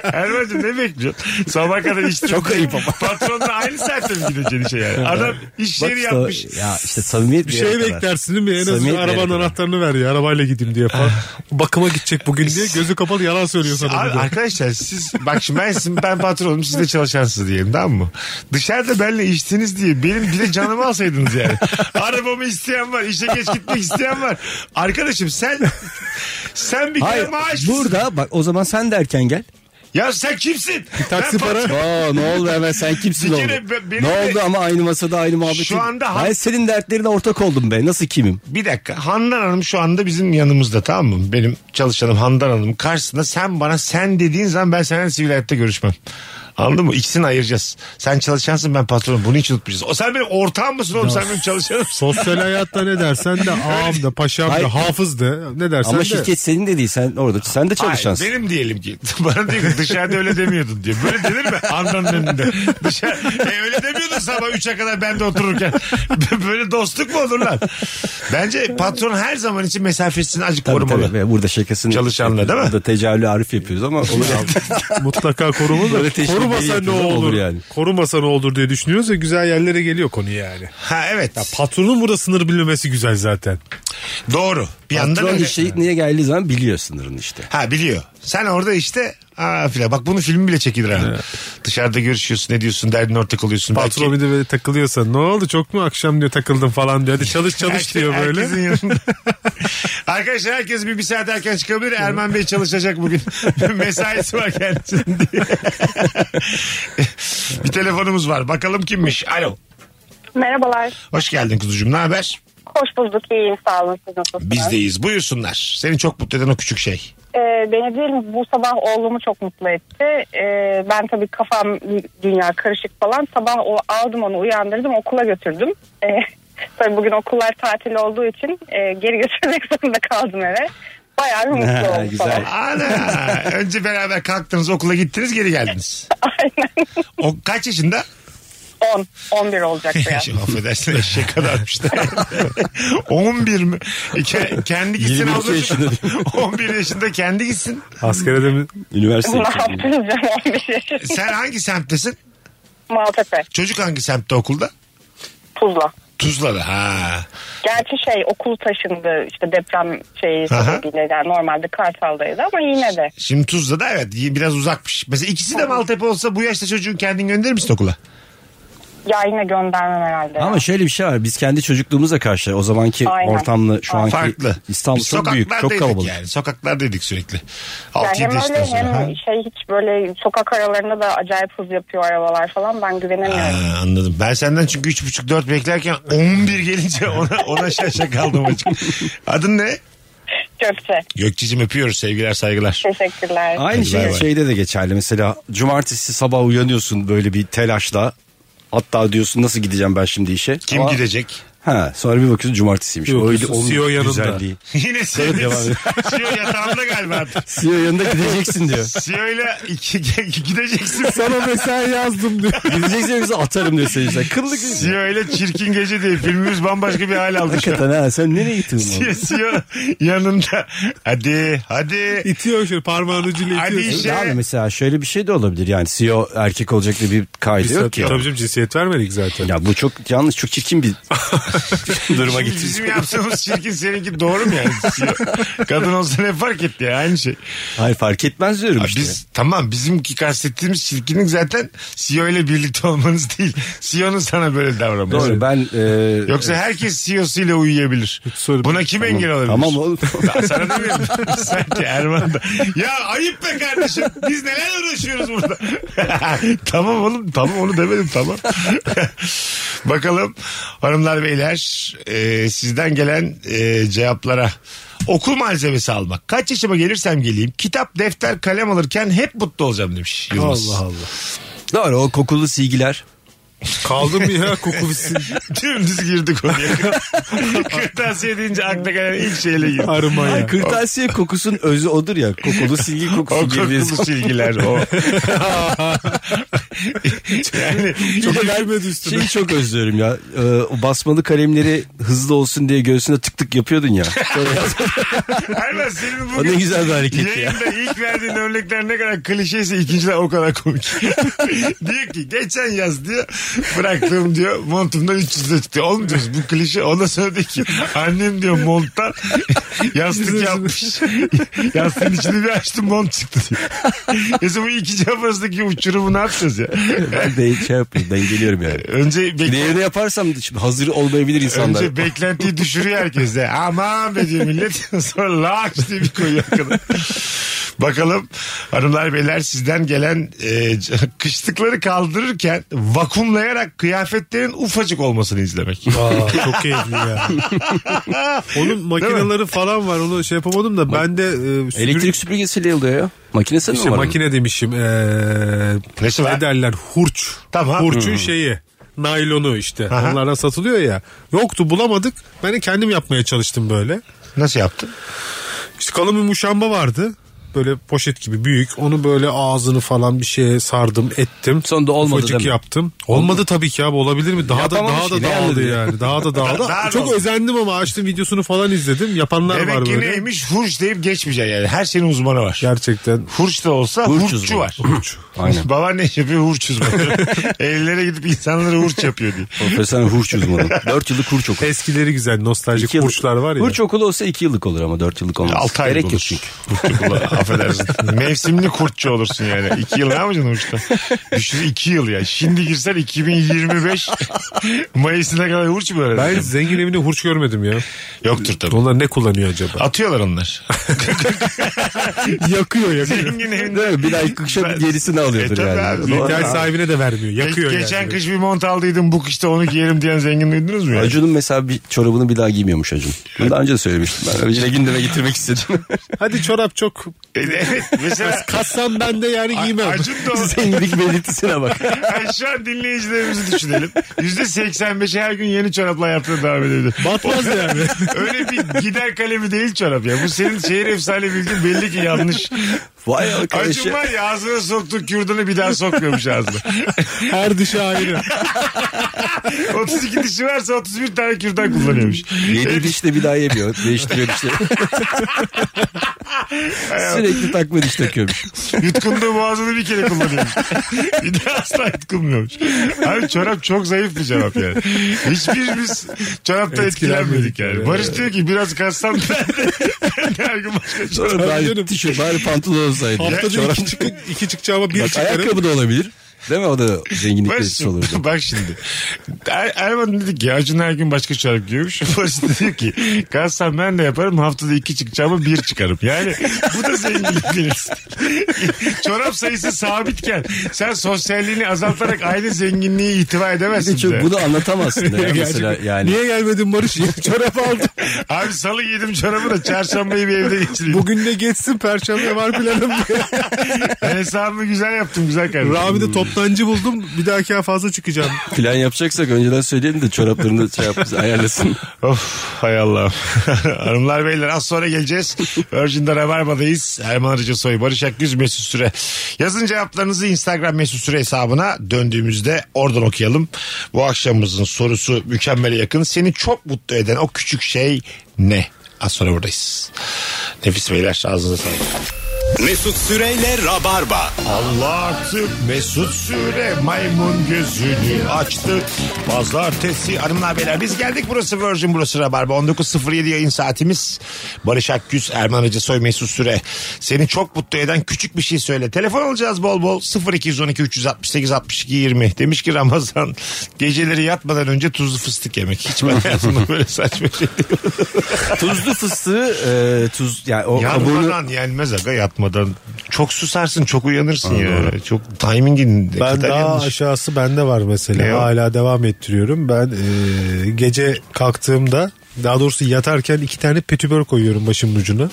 Erman'cığım ne bekliyorsun? Sabah kadar işte. Çok ayıp ama. Patronla aynı saatte mi gideceksin işe yani? Adam iş Bak yeri işte o- yapmış. Ya işte samimiyet Bir şey yere kadar. beklersin değil mi? En azından Samimiyet bir yere arabanın kadar. anahtarını ver ya. Arabayla gideyim diye falan. Bakıma gidecek bugün diye. Gözü kapalı yalan söylüyor sana. bir Abi, de. arkadaşlar siz bak şimdi ben, sizin, ben patronum siz de çalışansınız diyelim tamam mı? Dışarıda benimle içtiniz diye benim bir de canımı alsaydınız yani. Arabamı isteyen var işe geç gitmek isteyen var. Arkadaşım sen sen bir kere Hayır maaş burada bak o zaman sen de erken gel. Ya sen kimsin? taksi Ben para- patron- Aa, ne oldu hemen sen kimsin Bir oldu? kere be- benim Ne de- oldu ama aynı masada aynı muhabbeti. Şu anda ha- Ben senin dertlerine ortak oldum be. Nasıl kimim? Bir dakika Handan Hanım şu anda bizim yanımızda tamam mı? Benim çalışanım Handan Hanım karşısında sen bana sen dediğin zaman ben seninle sivil hayatta görüşmem. Anladın mı? İkisini ayıracağız. Sen çalışansın ben patronum. Bunu hiç unutmayacağız. O sen benim ortağım mısın oğlum? Sen benim çalışanımsın. Sosyal hayatta ne dersen de ağam da paşam Hayır. da hafız da ne dersen Ama de. şirket senin de değil. Sen orada sen de çalışansın. Hayır, benim diyelim ki. Bana diyor ki dışarıda öyle demiyordun diyor. Böyle denir mi? Andanın önünde. Dışarı, e, öyle demiyordun sabah 3'e kadar ben de otururken. Böyle dostluk mu olur lan? Bence patron her zaman için mesafesini azıcık Tabii, korumalı. tabii. Burada şirketin Çalışanla, değil mi? Burada tecavülü arif yapıyoruz ama olur. Mutlaka korunur Böyle da teşvikleri korumasa ne yapıyoruz, olur, olur yani. Korumasa ne olur diye düşünüyoruz ya güzel yerlere geliyor konu yani. Ha evet. Patronun burada sınır bilmemesi güzel zaten. Doğru. Bir yandan Patron öyle. işe şey niye geldiği zaman biliyor sınırını işte. Ha biliyor. Sen orada işte aa filan. Bak bunun filmi bile çekilir ha. Dışarıda görüşüyorsun ne diyorsun derdin ortak oluyorsun. Patron bir de böyle takılıyorsa ne oldu çok mu akşam diyor takıldım falan diyor. Hadi çalış çalış Herkes- diyor böyle. herkesin yanında. Arkadaşlar herkes bir, bir saat erken çıkabilir. Erman Bey çalışacak bugün. Mesaisi var kendisinin diye. bir telefonumuz var. Bakalım kimmiş? Alo. Merhabalar. Hoş geldin kuzucuğum. Ne haber? Hoş bulduk. İyiyim. Sağ olun. Siz nasılsınız? Bizdeyiz. Buyursunlar. Seni çok mutlu eden o küçük şey. Ee, beni değil bu sabah oğlumu çok mutlu etti. Ee, ben tabii kafam dünya karışık falan. Sabah o aldım onu uyandırdım okula götürdüm. Ee, tabii bugün okullar tatil olduğu için e, geri götürmek zorunda kaldım eve. Bayağı bir mutlu Ha, oldu güzel. sabah. Ana. Önce beraber kalktınız okula gittiniz geri geldiniz. Aynen. O kaç yaşında? 10, 11 olacak bu yaz. Şey, affedersin eşek kadarmış da. 11 mi? E, ke- kendi gitsin 22 ablacığım. yaşında 11 yaşında kendi gitsin. Askerede mi? Üniversite ne için. yaptınız canım 15 yaşında? Sen hangi semttesin? Maltepe, Çocuk hangi semtte okulda? Tuzla. Tuzla'da. Ha. Gerçi şey okul taşındı işte deprem şeyi Aha. sebebiyle yani normalde Kartal'daydı ama yine de. Şimdi Tuzla'da evet y- biraz uzakmış. Mesela ikisi de Maltepe olsa bu yaşta çocuğun kendini gönderir misin okula? Ya yine göndermem herhalde. ya. Ama şöyle bir şey var. Biz kendi çocukluğumuzla karşı o zamanki Aynen. ortamla şu anki Farklı. İstanbul Biz çok büyük, çok sokaklardaydık kalabalık. Yani. Sokaklardaydık sürekli. Yani 6-7 hem yaştan öyle sonra. hem Ha. şey hiç böyle sokak aralarında da acayip hız yapıyor arabalar falan ben güvenemiyorum. Ha, anladım. Ben senden çünkü 3,5-4 beklerken 11 gelince ona, ona şaşa kaldım açık. Adın ne? Gökçe Gökçe'cim öpüyoruz sevgiler saygılar. şey, teşekkürler. Aynı Hadi şey bay bay. şeyde de geçerli. Mesela cumartesi sabah uyanıyorsun böyle bir telaşla. Hatta diyorsun nasıl gideceğim ben şimdi işe? Kim Ama- gidecek? Ha, sonra bir bakıyorsun cumartesiymiş. Yok, Öyle CEO onun yanında. güzelliği. Yine sen devam et. CEO yatağında galiba artık. CEO E yanında gideceksin diyor. CEO ile iki, gideceksin. Sana mesai yazdım diyor. Gideceksin yoksa atarım diyor seni. işte. Kıllık. CEO E ile çirkin gece diye filmimiz bambaşka bir hal aldı şu an. Hakikaten ha sen nereye gittin? oğlum? CEO yanında. Hadi hadi. İtiyor şöyle parmağın ucuyla Hadi itiyorsun. işe. Yani E, mesela şöyle bir şey de olabilir. Yani CEO erkek olacak diye bir kaydı Biz yok ki. tabii canım cinsiyet vermedik zaten. Ya bu çok yalnız çok çirkin bir duruma Şimdi gitmiş. bizim yaptığımız çirkin seninki doğru mu yani? CEO? Kadın olsa ne fark etti ya aynı şey. Hayır fark etmez diyorum Ya işte. Biz tamam bizimki kastettiğimiz çirkinlik zaten CEO ile birlikte olmanız değil. CEO'nun sana böyle davranması. Doğru ben e, Yoksa herkes CEO'su ile uyuyabilir. sorun. Buna kim engel olabilir? tamam oğlum. Ben sana demiyorum. Sanki Erman da. Ya ayıp be kardeşim. Biz neler uğraşıyoruz burada. tamam oğlum. Tamam onu demedim tamam. Bakalım hanımlar beyler e, sizden gelen e, cevaplara. Okul malzemesi almak. Kaç yaşıma gelirsem geleyim kitap, defter, kalem alırken hep mutlu olacağım demiş Yılmaz. Doğru o kokulu silgiler. Kaldım ya kokusu. Dümdüz girdik oraya. Kırtasiye deyince akla gelen ilk şeyle girdi. Arıma ya. Ay, kırtasiye kokusun özü odur ya. Kokulu silgi kokusu O gibi. kokulu silgiler o. yani Çok girmedi üstüne. Şeyi çok özlüyorum ya. Ee, o basmalı kalemleri hızlı olsun diye göğsüne tık tık yapıyordun ya. Sonra yaz- Aynen senin bugün... O ne güzel bir hareket ya. Yayında ilk verdiğin örnekler ne kadar klişeyse ikinciler o kadar komik. diyor ki geçen yaz diyor bıraktığım diyor montumdan 300 lira çıktı. Oğlum diyoruz bu klişe. Ondan sonra diyor ki annem diyor monttan yastık yapmış. Yastığın içini bir açtım mont çıktı diyor. Mesela bu iki cevap arasındaki uçurumu ne yapacağız ya? ben de şey yapıyorum. Dengeliyorum yani. Önce bek- Diğerini yaparsam şimdi hazır olmayabilir insanlar. Önce beklentiyi düşürüyor herkes de. Aman be diyor millet. Sonra laks diye bir koyuyor kadar. Bakalım hanımlar beyler sizden gelen e, c- kışlıkları kaldırırken vakumlayarak kıyafetlerin ufacık olmasını izlemek. Aa, çok keyifli ya. Onun makineleri falan var onu şey yapamadım da ben de e, süpürge- Elektrik süpürgesiyle oluyor ya. Makinesi İşte mi var? bunun? makine demişim. Ee, Nesi var? ne derler? Hurç. Tamam. Hmm. Hurçun şeyi. Naylonu işte. Aha. Onlardan satılıyor ya. Yoktu bulamadık. Ben de kendim yapmaya çalıştım böyle. Nasıl yaptın? İşte kalın bir muşamba vardı. Böyle poşet gibi büyük. Onu böyle ağzını falan bir şeye sardım, ettim. Sonunda olmadı Ufacık değil mi? yaptım. Olmadı tabii ki abi olabilir mi? Daha da daha Yapamamış da ki, ne dağıldı anladın ya? yani. Daha da dağıldı. Daha da Çok oldu. özendim ama açtım videosunu falan izledim. Yapanlar var Demek ki böyle. neymiş hurç deyip geçmeyeceksin yani. Her şeyin uzmanı var. Gerçekten. Hurç da olsa Hurç hurççu uzmanı. var. Hurç. Aynen. Babaanne yapıyor hurç uzmanı. Evlere gidip insanlara hurç yapıyor diye. Profesyonel hurç uzmanı. 4 yıllık hurç okulu. Eskileri güzel nostaljik İki yıllık- hurçlar var ya. Hurç okulu olsa 2 yıllık olur ama 4 yıllık olmaz. Altı aylık Gerek olur. yok çünkü. Kurtçu kulağı, affedersin. Mevsimli kurtçu olursun yani. İki yıl ne yapacaksın uçta? Düşün iki yıl ya. Şimdi girsen 2025 Mayıs'ına kadar hurç mu Ben öğreneceksin? zengin evinde hurç görmedim ya. Yoktur tabii. Onlar ne kullanıyor acaba? Atıyorlar onlar. yakıyor yakıyor. Zengin evinde. Değil mi? Bir ay kışın gerisini alıyordur E, tabii yani. abi. Doğru. İhtiyaç sahibine de vermiyor. Yakıyor Ge- yani. geçen kış bir mont aldıydım bu kışta onu giyerim diyen zengin duydunuz mu? ya? Acun'un mesela bir çorabını bir daha giymiyormuş Acun. Bunu daha önce de söylemiştim ben. Önce gündeme getirmek istedim. Hadi çorap çok. E, Evet mesela Kassam ben de yani giymem. Acun da o- Zenginlik belirtisine bak. Ay, şu an dinleyicilerimizi düşünelim. %85'i her gün yeni çorapla yaptığını devam edebilir. Batmaz yani. Öyle bir gider kalemi değil çorap ya. Bu senin şehir efsane bilgin belli ki yanlış. Vay arkadaş Acun ya. var ya ağzına soktuğu kürdanı bir daha sokmuyormuş ağzına. Her dışı ayrı. 32 dişi varsa 31 tane kürdan kullanıyormuş. Yediği dişle bir daha yemiyor. Değiştiriyor dişleri. Sürekli takma diş takıyormuş. Yutkunduğu boğazını bir kere kullanıyormuş. bir de asla yutkunmuyormuş. Abi çorap çok zayıf bir cevap yani. Hiçbirimiz çorapta etkilenmedik Etkilenmedik yani. yani. Barış diyor ki biraz kassam ben de, ben de her gün başka çorap. Sonra bari canım. tişört, bari pantolon olsaydı. Haftada Çorap- iki, çık iki çıkacağıma bir Bak çıkarım. ayakkabı da olabilir. Değil mi? O da zenginlik belirtisi Barış'ım, olurdu. bak şimdi. Er, Erman dedi ki Acun her gün başka çorap giyiyormuş. Barış dedi ki kalsam ben de yaparım haftada iki çıkacağımı bir çıkarım. Yani bu da zenginlik bilirsin. çorap sayısı sabitken sen sosyalliğini azaltarak aynı zenginliği itibar edemezsin. Çünkü bize. bunu anlatamazsın ya mesela Gerçekten. yani. Niye gelmedin Barış? Çorap aldım. Abi salı giydim çorabı da çarşambayı bir evde geçireyim. Bugün de geçsin perşembe var planım. Ben hesabımı güzel yaptım güzel kardeşim. Rami'de toptancı buldum. Bir dahaki ay fazla çıkacağım. Plan yapacaksak önceden söyleyelim de çoraplarını şey yapsın, ayarlasın. Of hay Allah'ım. Hanımlar beyler az sonra geleceğiz. Virgin'de Rabarba'dayız. Erman Arıcı Soy, Barış Akgüz, Mesut Süre. Yazın cevaplarınızı Instagram Mesut Süre hesabına döndüğümüzde oradan okuyalım. Bu akşamımızın sorusu mükemmele yakın. Seni çok mutlu eden o küçük şey ne? Az sonra buradayız. Nefis beyler ağzınıza sağlık. Mesut Süreyle Rabarba. Allah artık Mesut Süre maymun gözünü açtı. Pazartesi hanımlar beyler biz geldik burası Virgin burası Rabarba 19.07 yayın saatimiz. Barış Akgüz, Erman Hacı Soy, Mesut Süre. Seni çok mutlu eden küçük bir şey söyle. Telefon alacağız bol bol 0212 368 62 20. Demiş ki Ramazan geceleri yatmadan önce tuzlu fıstık yemek. Hiç ben hayatımda böyle saçma şey değil. Tuzlu fıstığı e, tuz yani o kabuğunu Yatmadan yenmez aga yatmadan. Çok susarsın çok uyanırsın ya. Çok timingin ne Ben kadar daha yanlış. aşağısı bende var mesela. Ne o? Hala devam ettiriyorum. Ben e, gece kalktığımda daha doğrusu yatarken iki tane petibör koyuyorum başımın ucuna.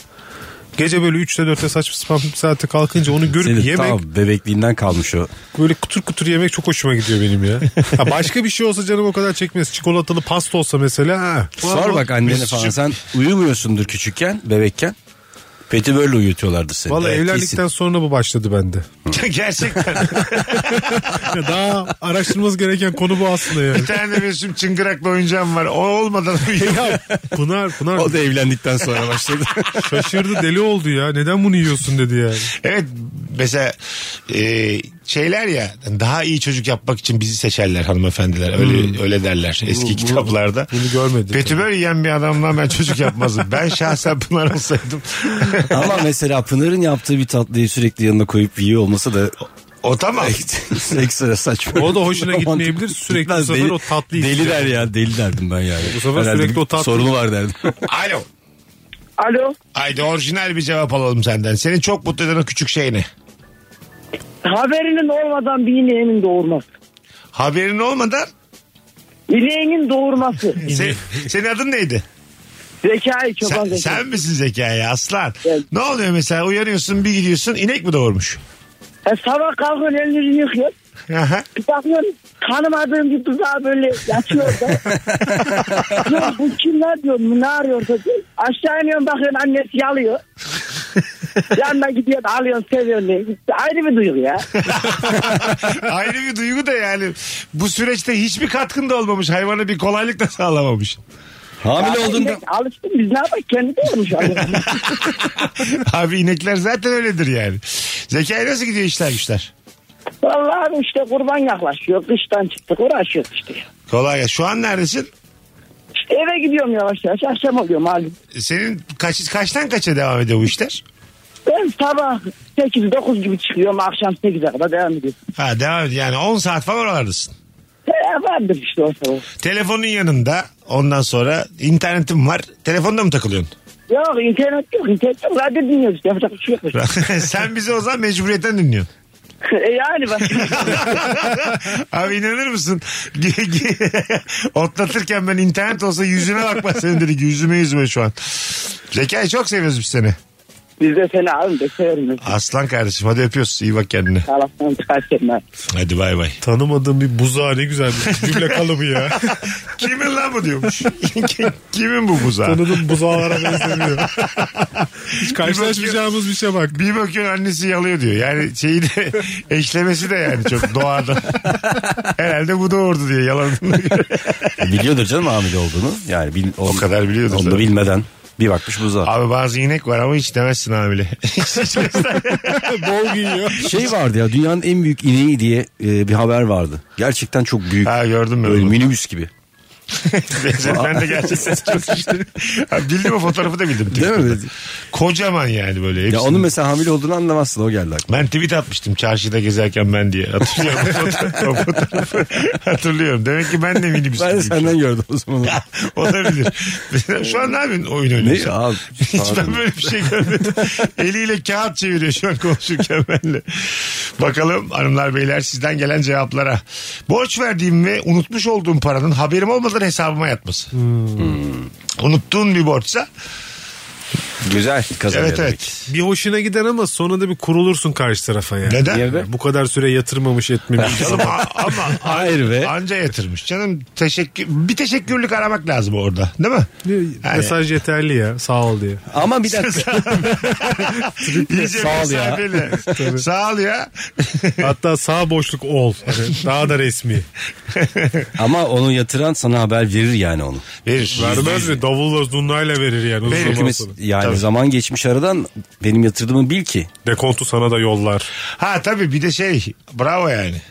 Gece böyle 3'te 4'te saçma sapan bir saatte kalkınca onu görüp Senin yemek tamam bebekliğinden kalmış o. böyle kutur kutur yemek çok hoşuma gidiyor benim ya. Ha, başka bir şey olsa canım o kadar çekmez. Çikolatalı pasta olsa mesela. Ha. Sor bak annene falan sen uyumuyorsundur küçükken bebekken. Petibörle uyutuyorlardı seni. Valla Evet, evlendikten kesin. sonra bu başladı bende. Gerçekten. Daha araştırmamız gereken konu bu aslında yani. Bir tane de Mesut'un çıngıraklı oyuncağım var. O olmadan Ya Pınar, Pınar O da evlendikten sonra başladı. şaşırdı deli oldu ya. Neden bunu yiyorsun dedi yani. Evet mesela e, şeyler ya daha iyi çocuk yapmak için bizi seçerler hanımefendiler. Öyle öyle derler eski kitaplarda. Hmm. Bunu görmedik. Petibör yiyen bir adamdan ben çocuk yapmazdım. ben şahsen Pınar olsaydım. Ama mesela Pınar'ın yaptığı bir tatlıyı sürekli yanına koyup yiyor olması da o tamam. ekstra saçma. O da hoşuna gitmeyebilir. Sürekli Gitmez, bu sefer deli- o tatlıyı Deli yiyecek. der ya deli derdim ben yani. Bu sefer Herhalde sürekli bir o tatlı- Sorunu var derdim. Alo. Alo. Haydi orijinal bir cevap alalım senden. Seni çok mutlu eden o küçük şey ne? Haberinin olmadan bir ineğinin doğurması. Haberin olmadan İneğinin doğurması. se- senin adın neydi? Zekai çoban Sen, zekai. sen misin zekaya aslan? Ne oluyor mesela uyanıyorsun bir gidiyorsun inek mi doğurmuş? E, sabah kalkıyorsun elini yüzünü yıkıyorsun. Aha. Bir bakıyorsun tanımadığım bir buzağı böyle yatıyor da. Yok bu kim lan diyorum bu ne arıyor dedi. Aşağı iniyorsun bakıyorsun annesi yalıyor. Yanına gidiyorsun alıyorsun seviyorsun diye. Ayrı bir duygu ya. Ayrı bir duygu da yani bu süreçte hiçbir katkın da olmamış. Hayvana bir kolaylık da sağlamamış. Hamile Ya, olduğunda inek Alıştım biz ne yapalım kendi doğurmuş. hayvan. Abi inekler zaten öyledir yani. Zekai nasıl gidiyor işler güçler? Vallahi abi işte kurban yaklaşıyor. Kıştan çıktık uğraşıyoruz işte. Kolay gelsin. Şu an neredesin? İşte eve gidiyorum yavaş yavaş. Akşam oluyor malum. Senin kaç, kaçtan kaça devam ediyor bu işler? Ben sabah 8-9 gibi çıkıyorum. Akşam 8'e kadar devam ediyor. Ha devam ediyor. Yani 10 saat falan oralardasın. Ya vardır E, işte o sabah. Telefonun yanında ondan sonra internetin var. Telefonda mı takılıyorsun? Yok internet yok. İnternet yok. Radyo dinliyoruz. işte, Yapacak bir şey yok. Sen bizi o zaman mecburiyetten dinliyorsun. e yani bak. Abi inanır mısın? Otlatırken ben internet olsa yüzüne bakma senin dedik. Yüzüme yüzüme şu an. Zekai çok seviyoruz biz seni. Biz de seni abim de severim. Aslan kardeşim hadi öpüyoruz. İyi bak kendine. Sağlasından çıkartırım ben. Hadi bay bay. Tanımadığım bir buzağı ne güzel bir cümle kalıbı ya. Kimin lan bu diyormuş. Kimin bu buzağı? Tanıdığım buzağlara benzemiyor. Hiç karşılaşmayacağımız bir şey bak. Bir bakıyorsun annesi yalıyor diyor. Yani şeyi de eşlemesi de yani çok doğada. Herhalde bu doğurdu diye yalanına göre. biliyordur canım hamile olduğunu. Yani bil, O kadar biliyordur Onu da tabii. bilmeden bir bakmış buza. Abi bazı inek var ama hiç demezsin hamile. Bol giyiyor. Şey vardı ya dünyanın en büyük ineği diye e, bir haber vardı. Gerçekten çok büyük. ha gördüm ben Böyle onu. minibüs gibi. ben de gerçekten çok işte. Abi bildim o fotoğrafı da bildim. Twitter'da. mi? Kocaman yani böyle. Ya hepsini- onun mesela hamile olduğunu anlamazsın o geldi aklıma. Ben tweet atmıştım çarşıda gezerken ben diye. Hatırlıyorum o fotoğrafı. o fotoğrafı Hatırlıyorum. Demek ki ben de minibüs. Ben de gibiyim. senden gördüm o zaman. Olabilir. Şu an ne yapıyorsun? Oyun ne oynuyorsun. abi? Hiç ben böyle bir şey görmedim. Eliyle kağıt çeviriyor şu an konuşurken benimle. Bakalım hanımlar beyler sizden gelen cevaplara. Borç verdiğim ve unutmuş olduğum paranın haberim olmadan hesabıma yatması. Unuttuğun bir borçsa Güzel kazanıyor evet demek. evet. Bir hoşuna gider ama sonra da bir kurulursun karşı tarafa yani. Neden? Niye be? Bu kadar süre yatırmamış etmemiş. Canım a- ama Hayır be. anca yatırmış. Canım teşekkür bir teşekkürlük aramak lazım orada değil mi? Mesaj yeterli ya sağ ol diye. Ama bir dakika. İyice Sağ ol ya. mesafeli. Sağ ol ya. Hatta sağ boşluk ol. Hani daha da resmi. Ama onu yatıran sana haber verir yani onu. Verir. Vermez mi? Davulla zurnayla verir yani. uzun Verir. zaman Çünkü mes- sonra. yani Tabii. zaman geçmiş aradan benim yatırdığımı bil ki. Dekontu sana da yollar. Ha tabii bir de şey bravo yani.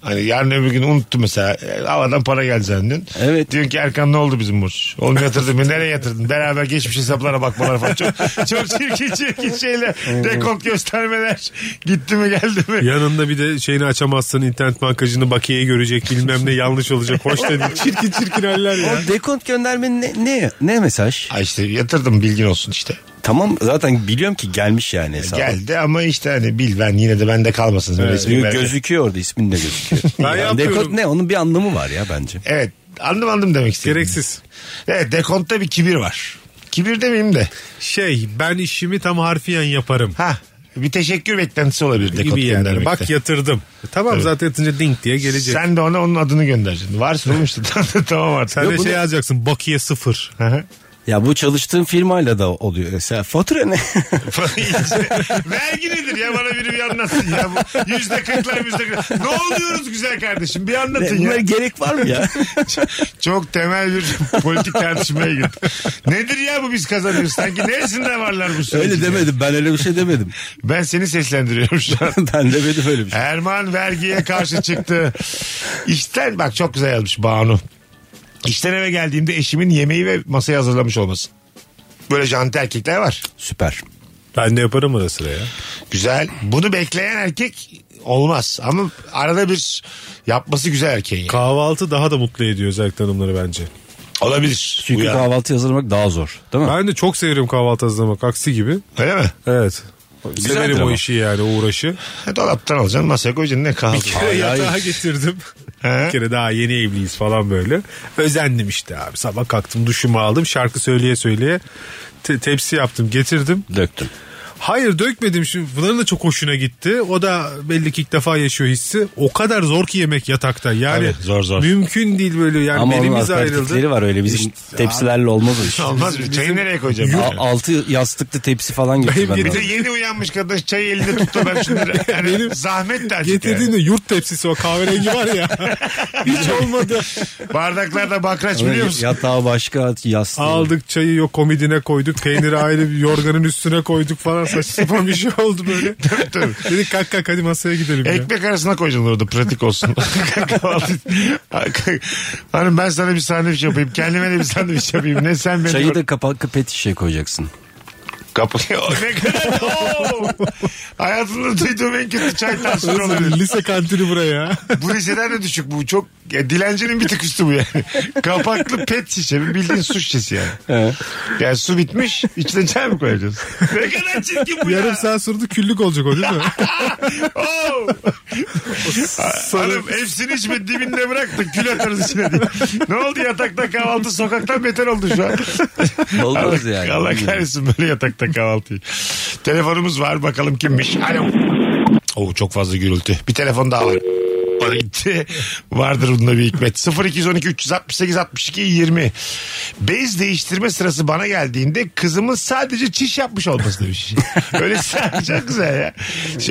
Hani yarın öbür gün unuttum mesela. e, Havadan para geldi zannediyorsun. Evet. Diyorsun ki Erkan ne oldu bizim borç? Oğlum yatırdın mı? Nereye yatırdın? Beraber geçmiş hesaplara bakmalar falan. Çok, çok çirkin çirkin şeyler. Dekont göstermeler. Gitti mi geldi mi? Yanında bir de şeyini açamazsın internet bankacını bakiyeyi görecek bilmem ne yanlış olacak. Hoş dedi. Çirkin çirkin haller ya. O dekont göndermenin ne, ne, ne mesaj? Ha işte yatırdım bilgin olsun işte. Tamam zaten biliyorum ki gelmiş yani hesaba. Geldi ama işte hani bil ben yine de bende kalmasın. Öyle ismi Diyor, ver- gözüküyor orada ismin de gözüküyor. Ben Yani yapıyorum. dekont ne onun bir anlamı var ya bence. Evet anladım anladım demek istedim. Gereksiz. Evet dekontta bir kibir var. Kibir demeyeyim de. Şey ben işimi tam harfiyen yaparım. Ha bir teşekkür beklentisi olabilir dekot Gibi yani. göndermekte. Bak yatırdım. Tamam Evet. zaten yatınca dink diye gelecek. Sen de ona onun adını göndereceksin. Varsa olmuştu. tamam artık. Sen de şey yazacaksın bakiye sıfır. Ya bu çalıştığın firmayla da oluyor. Mesela fatura ne? Vergi nedir ya bana biri bir anlatsın ya. Bu Yüzde kırklar yüzde kırklar. Ne oluyoruz güzel kardeşim bir anlatın ya. Bunlara gerek var mı ya? Çok temel bir politik tartışmaya girdik. Nedir ya bu biz kazanıyoruz sanki? Neresinde varlar bu süreç? öyle demedim ben öyle bir şey demedim. Ben seni seslendiriyorum şu an. ben demedim öyle bir şey. Erman vergiye karşı çıktı. İşten bak çok güzel yazmış Banu. İşten eve geldiğimde eşimin yemeği ve masayı hazırlamış olması. Böyle janti erkekler var. Süper. Ben de yaparım ara sıra ya. Güzel. Bunu bekleyen erkek olmaz. Ama arada bir yapması güzel erkeğin. yani. Kahvaltı daha da mutlu ediyor özellikle hanımları bence. Olabilir. Çünkü Uyar. kahvaltı hazırlamak daha zor. Değil mi? Ben de çok seviyorum kahvaltı hazırlamak aksi gibi. Öyle mi? Evet. Severim o ama. işi yani o uğraşı. E, Dolaptan alacaksın masaya koyacaksın ne kahvaltı. Bir kere yatağa getirdim. He? Bir kere daha yeni evliyiz falan böyle. Özendim işte abi. Sabah kalktım duşumu aldım. Şarkı söyleye söyleye te- tepsi yaptım getirdim. Döktüm. Hayır dökmedim şimdi. Bunların da çok hoşuna gitti. O da belli ki ilk defa yaşıyor hissi. O kadar zor ki yemek yatakta. Yani Tabii, zor zor. mümkün değil böyle yani Ama onun belimiz alternatifleri ayrıldı. var öyle bizim İşte tepsilerle olmaz o iş. Olmaz mı? Çayı nereye koyacağım? A- yani? altı yastıklı tepsi falan getirmem Bir de lazım. yeni uyanmış kadın çayı elinde tuttu ben şunları. Yani Benim zahmet de azıcık yani. Getirdiğinde yurt tepsisi o kahverengi var ya. Hiç olmadı. Bardaklarda bakraç Ama biliyor musun? Yatağı başka yastığı. Aldık çayı yok komidine koyduk. Peyniri ayrı bir yorganın üstüne koyduk falan. Saçma sapan bir şey oldu böyle. Tabii, tabii. Dedik kalk kalk hadi masaya gidelim. ya. Ekmek arasına koyacaksın orada pratik olsun. Kahvaltı- Hanım ben sana bir sandviç yapayım. Kendime de bir sandviç yapayım. Ne sen beni Çayı da kapak pet şişeye koyacaksın. kapı. ne kadar Oo! Hayatımda duyduğum en kötü çay tavsiye Nasıl, olabilir. Lise kantini buraya. Bu liseden de düşük bu. Çok ya, dilencinin bir tık üstü bu yani. Kapaklı pet şişe. Bildiğin su şişesi yani. Yani su bitmiş. içine çay mı koyacağız? Ne kadar çirkin bu Yarım ya. saat sürdü küllük olacak o değil mi? Oo! Hanım Oh! hepsini içme dibinde bıraktık kül atarız içine diye. Ne oldu yatakta kahvaltı sokaktan beter oldu şu an. Olmaz Allah, yani. Allah kahretsin böyle yatakta kahvaltıyı. Telefonumuz var bakalım kimmiş. Alo. Oo, çok fazla gürültü. Bir telefon daha var. O da gitti. Vardır bunda bir hikmet. 0212 368 62 20. Bez değiştirme sırası bana geldiğinde kızımın sadece çiş yapmış olması demiş. Öyle sıra çok güzel ya.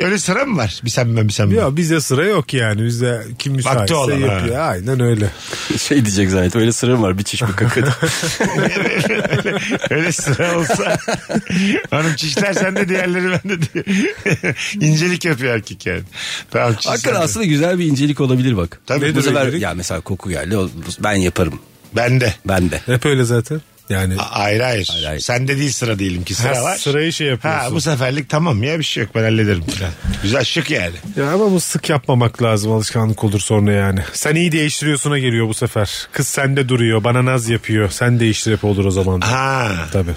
Öyle sıra mı var? Bir sen ben bir sen ben. ya bizde sıra yok yani. Bizde kim müsaitse olan, ha. yapıyor. Aynen öyle. Şey diyecek zannettim öyle sırrım var bir çiş bir kaka. öyle, öyle sıra olsa hanım çişler sende diğerleri bende diye. İncelik yapıyor erkek yani. Tamam, çiş Hakikaten sende. aslında güzel bir incelik olabilir bak. Tabii. Bu Nedir sefer incelik? ya mesela koku geldi o- ben yaparım Bende. ben de. Hep öyle zaten. Yani A- Hayır hayır. Hayır, hayır. Sende değil sıra diyelim ki sıra Ha, var. sırayı şey yapıyorsun. Ha, bu seferlik tamam ya bir şey yok ben hallederim. falan. Güzel şık yani. Ya ama bu sık yapmamak lazım alışkanlık olur sonra yani. Sen iyi değiştiriyorsuna geliyor bu sefer. Kız sende duruyor bana naz yapıyor. Sen değiştir hep olur o zaman. da. Ha. Tabii.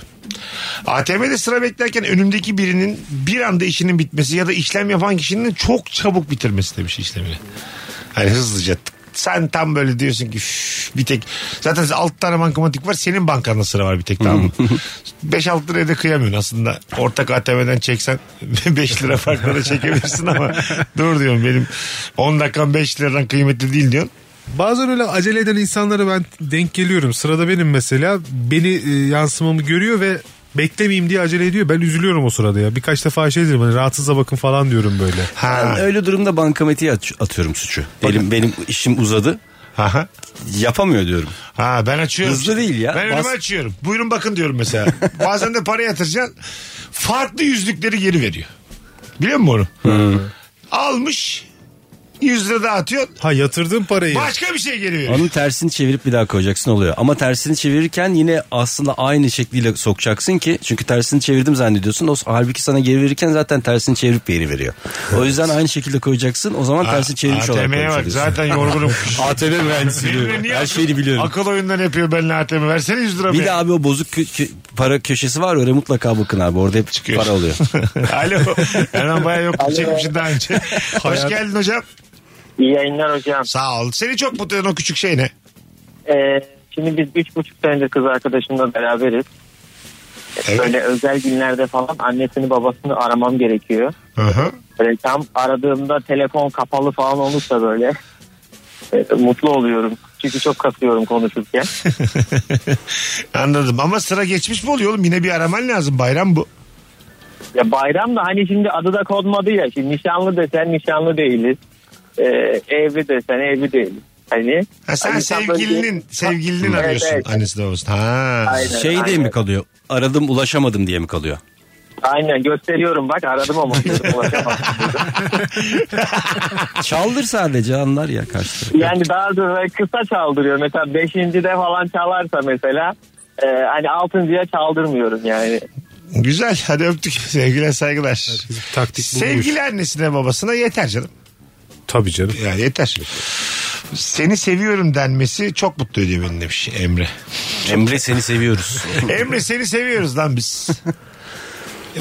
ATM'de sıra beklerken önümdeki birinin bir anda işinin bitmesi ya da işlem yapan kişinin çok çabuk bitirmesi demiş işlemini. Hani hızlıca tık. sen tam böyle diyorsun ki "Üf, bir tek zaten 6 tane bankamatik var senin bankanda sıra var bir tek tamam mı? 5-6 liraya da kıyamıyorsun aslında ortak ATM'den çeksen 5 lira farkla da çekebilirsin ama dur diyorum benim 10 dakikam 5 liradan kıymetli değil diyorsun. Bazen öyle acele eden insanlara ben denk geliyorum. Sırada benim mesela beni e, yansımamı görüyor ve beklemeyeyim diye acele ediyor. Ben üzülüyorum o sırada ya. Birkaç defa şey dedim hani rahatsıza bakın falan diyorum böyle. Ha. Ben öyle durumda bankamatiğe at- atıyorum suçu. Benim, benim işim uzadı Aha. yapamıyor diyorum. Ha ben açıyorum. Hızlı değil ya. Ben önüme Bas- açıyorum. Buyurun bakın diyorum mesela. Bazen de para yatıracaksın. Farklı yüzlükleri geri veriyor. Biliyor musun onu? Almış. 100 lira daha atıyor. Ha yatırdığım parayı. Başka bir şey geri veriyor. Onun tersini çevirip bir daha koyacaksın oluyor. Ama tersini çevirirken yine aslında aynı şekliyle sokacaksın ki çünkü tersini çevirdim zannediyorsun. O halbuki sana geri verirken zaten tersini çevirip geri veriyor. O yüzden aynı şekilde koyacaksın. O zaman tersini çevirmiş olarak ATM'ye bak koymuş oluyorsun. zaten yorgunum. ATM mühendisiyim. Benimle niye Her şeyi biliyorum. Akıl oyundan yapıyor benimle ATM. Versene 100 lira. Bir be. de abi o bozuk kö- kö- para köşesi var ya, oraya mutlaka bakın abi. Orada hep Çıkıyor. para oluyor. Alo. Erhan bayağı yokluk çekmişsin daha önce. Hoş geldin hocam. İyi yayınlar hocam. E, Sağ ol. Seni çok mutlu eden o küçük şey ne? Ee, şimdi biz üç buçuk senedir kız arkadaşımla beraberiz. Böyle özel günlerde falan annesini babasını aramam gerekiyor. Aha. Böyle tam aradığımda telefon kapalı falan olursa böyle e, mutlu oluyorum. Çünkü çok kasıyorum konuşurken. Anladım ama sıra geçmiş mi oluyor oğlum? Yine bir araman lazım bayram bu. Ya bayram da hani şimdi adı da konmadı ya. Şimdi nişanlı desen nişanlı değiliz. Ee, evli desen evli değiliz. Hani, Ha, sen hani tam böyle- sevgilinin, sevgilinin Evet, arıyorsun. Hani- evet. Annesi babası. Ha. Aynen, şey diye aynen. mi kalıyor? Aradım ulaşamadım diye mi kalıyor? Aynen gösteriyorum bak aradım ama diyorum, ulaşamadım. Çaldır sadece anlar ya karşı taraf. yani daha sonra kısa çaldırıyor. Mesela beşinci de falan çalarsa mesela e, hani altıncıya çaldırmıyorum yani. Güzel. Hadi öptük. Sevgiler saygılar. taktik Sevgili annesine babasına yeter canım. Tabii canım. Ya yeter. Seni seviyorum denmesi çok mutlu ediyor beni demiş Emre. Emre seni seviyoruz. Emre seni seviyoruz lan biz.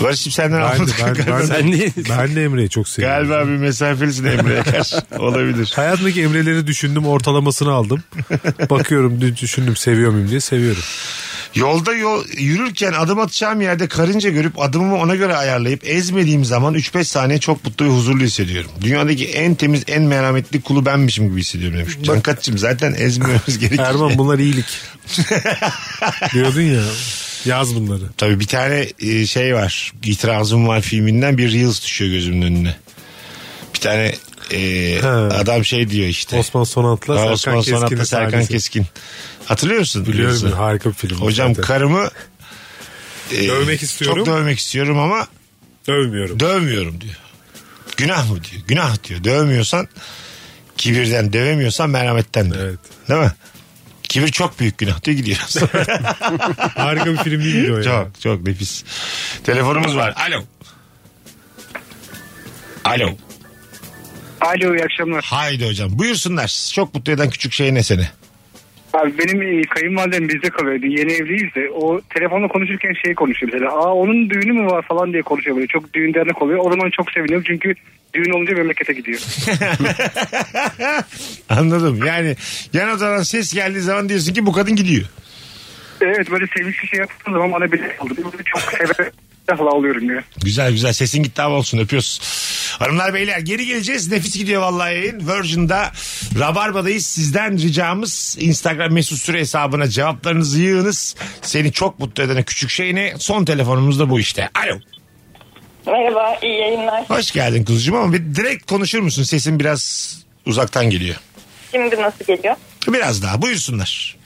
Barış'ım senden Ben, de- almadık. ben, ben, Sen niye- ben de Emre'yi çok seviyorum. Galiba bir mesafelisin Emre'ye karşı. Olabilir. Hayatımdaki Emre'leri düşündüm ortalamasını aldım. Bakıyorum dü- düşündüm seviyor muyum diye seviyorum. Yolda yol, yürürken adım atacağım yerde karınca görüp adımımı ona göre ayarlayıp ezmediğim zaman 3-5 saniye çok mutlu ve huzurlu hissediyorum. Dünyadaki en temiz en merhametli kulu benmişim gibi hissediyorum demiş. Cankat'cığım zaten ezmiyoruz gerekiyor. Erman bunlar iyilik. Diyordun ya yaz bunları. Tabii bir tane e, şey var. İtirazım var filminden bir Reels düşüyor gözümün önüne. Bir tane e, adam şey diyor işte. Osman Sonat'la Ha, Serkan Osman Sonat'la Keskin'in Serkan sahnesi. Keskin. Hatırlıyor musun? Biliyorum, Reels'i? harika bir film. Hocam zaten. karımı e, Dövmek istiyorum. Çok dövmek istiyorum ama Dövmüyorum. dövmüyorum diyor. Günah mı diyor. Günah diyor. Dövmüyorsan kibirden dövemiyorsan merhametten diyor. Değil mi? Kibir çok büyük günah diyor gidiyor. Harika bir film değil mi o ya? Çok çok nefis. Telefonumuz var. Alo. Alo. Alo iyi akşamlar. Haydi hocam. Buyursunlar. Çok mutlu eden küçük şey ne seni? Abi benim e, kayınvalidem bizde kalıyordu. Yeni evliyiz de o telefonla konuşurken şey konuşuyor mesela. Aa onun düğünü mü var falan diye konuşuyor böyle. Çok düğün dernek oluyor. O zaman çok seviniyorum çünkü düğün olunca memlekete gidiyor. Anladım. Yani yan odadan ses geldiği zaman diyorsun ki bu kadın gidiyor. evet böyle sevinçli şey yaptığım zaman bana bile kaldı. Böyle çok severek silahla alıyorum ya. Güzel güzel sesin gitti hava olsun öpüyoruz. Hanımlar beyler geri geleceğiz. Nefis gidiyor vallahi yayın. Virgin'da Rabarba'dayız. Sizden ricamız Instagram mesut süre hesabına cevaplarınızı yığınız. Seni çok mutlu eden küçük şey ne? Son telefonumuz da bu işte. Alo. Merhaba, iyi yayınlar. Hoş geldin kuzucuğum ama bir direkt konuşur musun? Sesin biraz uzaktan geliyor. Şimdi nasıl geliyor? Biraz daha buyursunlar.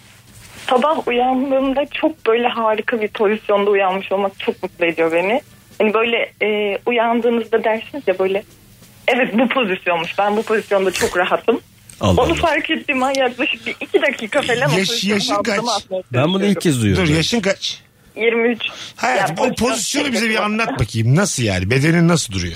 Sabah uyandığımda çok böyle harika bir pozisyonda uyanmış olmak çok mutlu ediyor beni. Hani böyle e, uyandığınızda dersiniz ya böyle evet bu pozisyonmuş ben bu pozisyonda çok rahatım. Allah Onu Allah. fark ettiğim an yaklaşık bir iki dakika falan Yaş- yaşın kaç? Ben bunu ilk kez duyuyorum. Dur yaşın kaç? 23. Hayatım o pozisyonu bize bir anlat bakayım. Nasıl yani? Bedenin nasıl duruyor?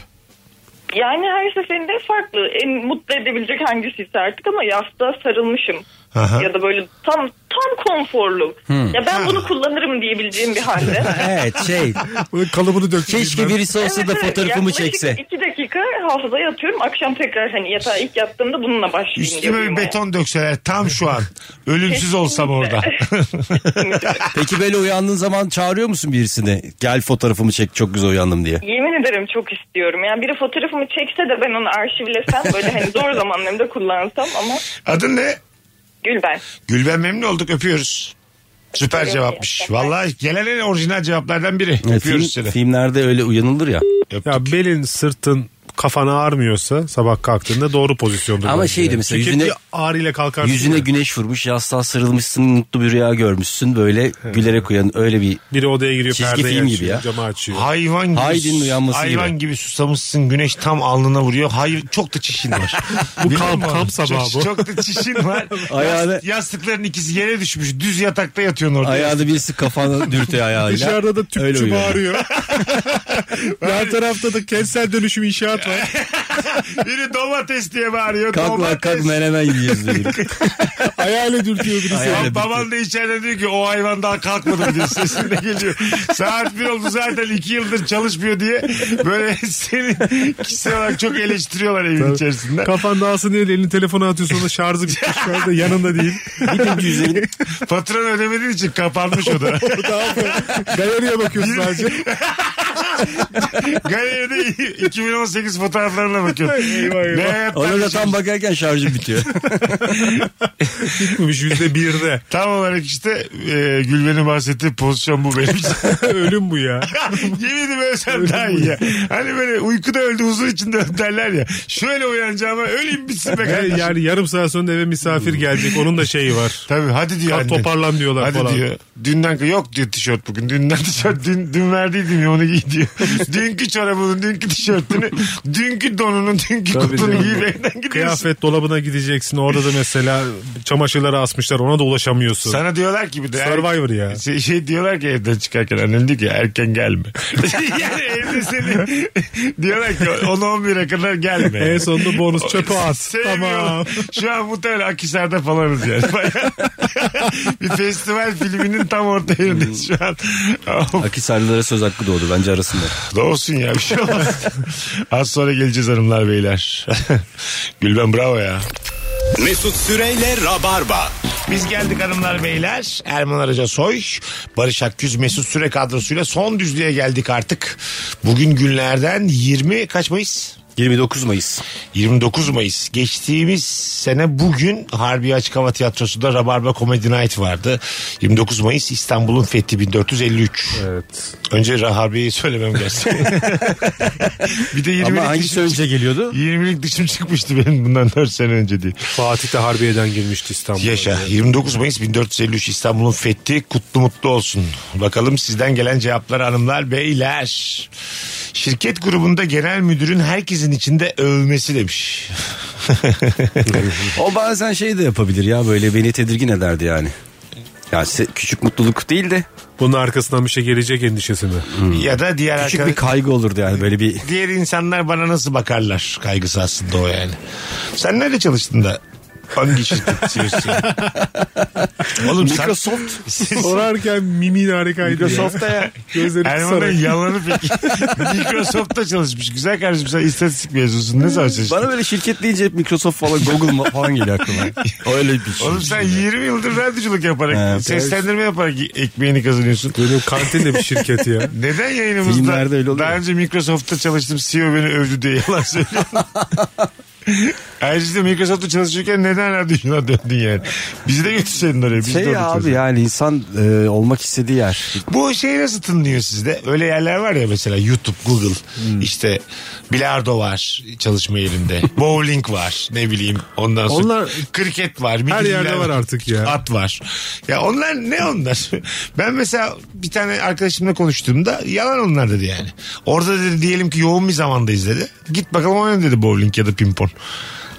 Yani her seferinde farklı. En mutlu edebilecek hangisiyse artık ama yastığa sarılmışım. Aha. Ya da böyle tam tam konforlu. Hmm. Ya ben bunu kullanırım diyebileceğim bir halde. evet şey. Kalıbını döktüm. Keşke birisi olsa da Evet, evet. fotoğrafımı Yaklaşık çekse. iki dakika hafızaya atıyorum. Akşam tekrar hani yatağa ilk yattığımda bununla başlayayım. diyor Üstüme bir uyumaya. beton dökseler tam şu an. Ölümsüz olsam orada. Peki böyle uyandığın zaman çağırıyor musun birisini? Gel fotoğrafımı çek çok güzel uyandım diye. Yemin ederim çok istiyorum. Yani biri fotoğrafımı çekse de ben onu arşivlesem böyle hani zor zamanlarımda kullansam ama Adın ne? Gülben. Gülben memnun olduk öpüyoruz. Süper cevapmış. Vallahi gelen en orijinal cevaplardan biri. Evet, öpüyoruz film- seni. filmlerde öyle uyanılır ya. Ya belin sırtın kafana ağrmıyorsa sabah kalktığında doğru pozisyonda. Ama bence. şeydi mesela Çünkü şey. yüzüne- bir ağrıyla kalkarsın. Yüzüne güneş vurmuş, yastığa sarılmışsın, mutlu bir rüya görmüşsün. Böyle gülerek uyan öyle bir Biri odaya giriyor çizgi perdeyi film açıyor, gibi ya. camı açıyor. Hayvan gibi, Haydin'in uyanması hayvan gibi. susamışsın güneş tam alnına vuruyor. Hayır çok da çişin var. Bu Biliyor kamp- musun? kamp sabahı çok, bu. Çok da çişin var. Ayağını- Yast- yastıkların ikisi yere düşmüş. Düz yatakta yatıyorsun orada. Ayağını birisi kafana dürtüyor ayağıyla. Dışarıda da tüpçü Öyle uyuyor. bağırıyor. Her tarafta da kentsel dönüşüm inşaat var. Biri domates diye bağırıyor. Kalk lan domates. kalk menemen yiyoruz dedi. Hayale dürtüyor birisi. Hayale Baban da içeride diyor ki o hayvan daha kalkmadı diyor. Sesinde geliyor. Saat bir oldu zaten iki yıldır çalışmıyor diye böyle seni kişisel olarak çok eleştiriyorlar evin içerisinde. Kafan dağılsın diye elini telefona atıyorsun sonra şarjı bitmiş şu anda yanında değil. Faturanı ödemediğin için kapanmış o da. Galeriye bakıyorsun sadece. Galeride 2018 fotoğraflarına bakıyorsun. Eyvah, eyvah. Ne hayatlar Ona da yaşamış. tam bakarken şarjı bitiyor. Gitmemiş yüzde birde. Tam olarak işte e, Gülben'in bahsettiği pozisyon bu benim için. Ölüm bu ya. Yemin ederim ölsem daha iyi ya. Hani böyle uykuda öldü huzur içinde öldü derler ya. Şöyle uyanacağıma öleyim bitsin be Yani, kardeşim. yani yarım saat sonra eve misafir gelecek. Onun da şeyi var. Tabii hadi diyor Kalk anne. toparlan diyorlar Hadi falan. diyor. Dünden yok diyor tişört bugün. Dünden tişört. Dün, dün verdiydim ya onu giy diyor. dünkü çorabının, dünkü tişörtünü, dünkü donunun, dünkü kutunu giyip evden gidiyorsun. Kıyafet dolabına gideceksin. Orada da mesela çamaşırları asmışlar. Ona da ulaşamıyorsun. Sana diyorlar ki bir de. Survivor ya. Şey, şey diyorlar ki evden çıkarken annem diyor ki erken gelme. yani evde seni diyorlar ki 10-11'e kadar gelme. En sonunda bonus çöpe at. Tamam. Tamam. Şu an muhtemelen Akisar'da falanız yani. Bayağı- bir festival filminin tam orta yerindeyiz şu an. Akisarlılara söz hakkı doğdu bence arasında. Doğsun ya bir şey olmaz. Az sonra geleceğiz hanımlar beyler. Gülben bravo ya. Mesut Süreyle Rabarba. Biz geldik hanımlar beyler. Erman Araca Soy, Barış Akküz, Mesut Süre kadrosuyla son düzlüğe geldik artık. Bugün günlerden 20 kaç Mayıs? 29 Mayıs. 29 Mayıs. Geçtiğimiz sene bugün Harbi Açık Hava Tiyatrosu'nda Rabarba Comedy Night vardı. 29 Mayıs İstanbul'un fethi 1453. Evet. Önce Ra- Harbiye'yi söylemem lazım. bir de 20'lik Ama hangisi dişim- önce geliyordu? 20'lik dişim çıkmıştı benim bundan 4 sene önce diye. Fatih de Harbiye'den girmişti İstanbul'a. Yaşa. 29 Mayıs 1453 İstanbul'un fethi kutlu mutlu olsun. Bakalım sizden gelen cevaplar hanımlar beyler. Şirket grubunda genel müdürün herkesin içinde övmesi demiş. O bazen şey de yapabilir ya böyle beni tedirgin ederdi yani. Ya se- küçük mutluluk değil de. Bunun arkasından bir şey gelecek endişesi mi? ya da diğer Küçük arkadaş- bir kaygı olurdu yani böyle bir. diğer insanlar bana nasıl bakarlar kaygısı aslında o yani. Sen nerede çalıştın da hangi şirket CEO'sun? Oğlum sen- Sorarken mimin harikaydı. ya. Microsoft'ta ya. Gözleri Erman'ın kısarak. yalanı peki. Microsoft'ta çalışmış. Güzel kardeşim sen istatistik mezunsun. Ne zaman çalıştın? Bana böyle şirket deyince hep Microsoft falan Google ma- falan geliyor aklıma. Öyle bir şey. Oğlum sen 20 yıldır radyoculuk yaparak, Ha, seslendirme yaparak ekmeğini kazanıyorsun. Benim kantin de bir şirket ya. Neden yayınımızda Filmlerde öyle oluyor. daha önce Microsoft'ta çalıştım CEO beni övdü diye yalan söylüyorsun. Ayrıca Microsoft'ta çalışırken neden radyoculuğa döndün yani? Bizi de götürseydin oraya. Biz de Şey orada abi çalışırdık. yani insan e, olmak istediği yer. Bu şey nasıl tınlıyor sizde? Öyle yerler var ya mesela YouTube, Google, işte bilardo var çalışma yerinde. Bowling var ne bileyim ondan sonra. Onlar- kriket var. Her bilgiler yerde var artık ya. At var. Ya onlar ne onlar? Ben mesela bir tane arkadaşımla konuştuğumda yalan onlar dedi yani. Orada dedi diyelim ki yoğun bir zamandayız dedi. Git bakalım oyna dedi bowling ya da pimpon.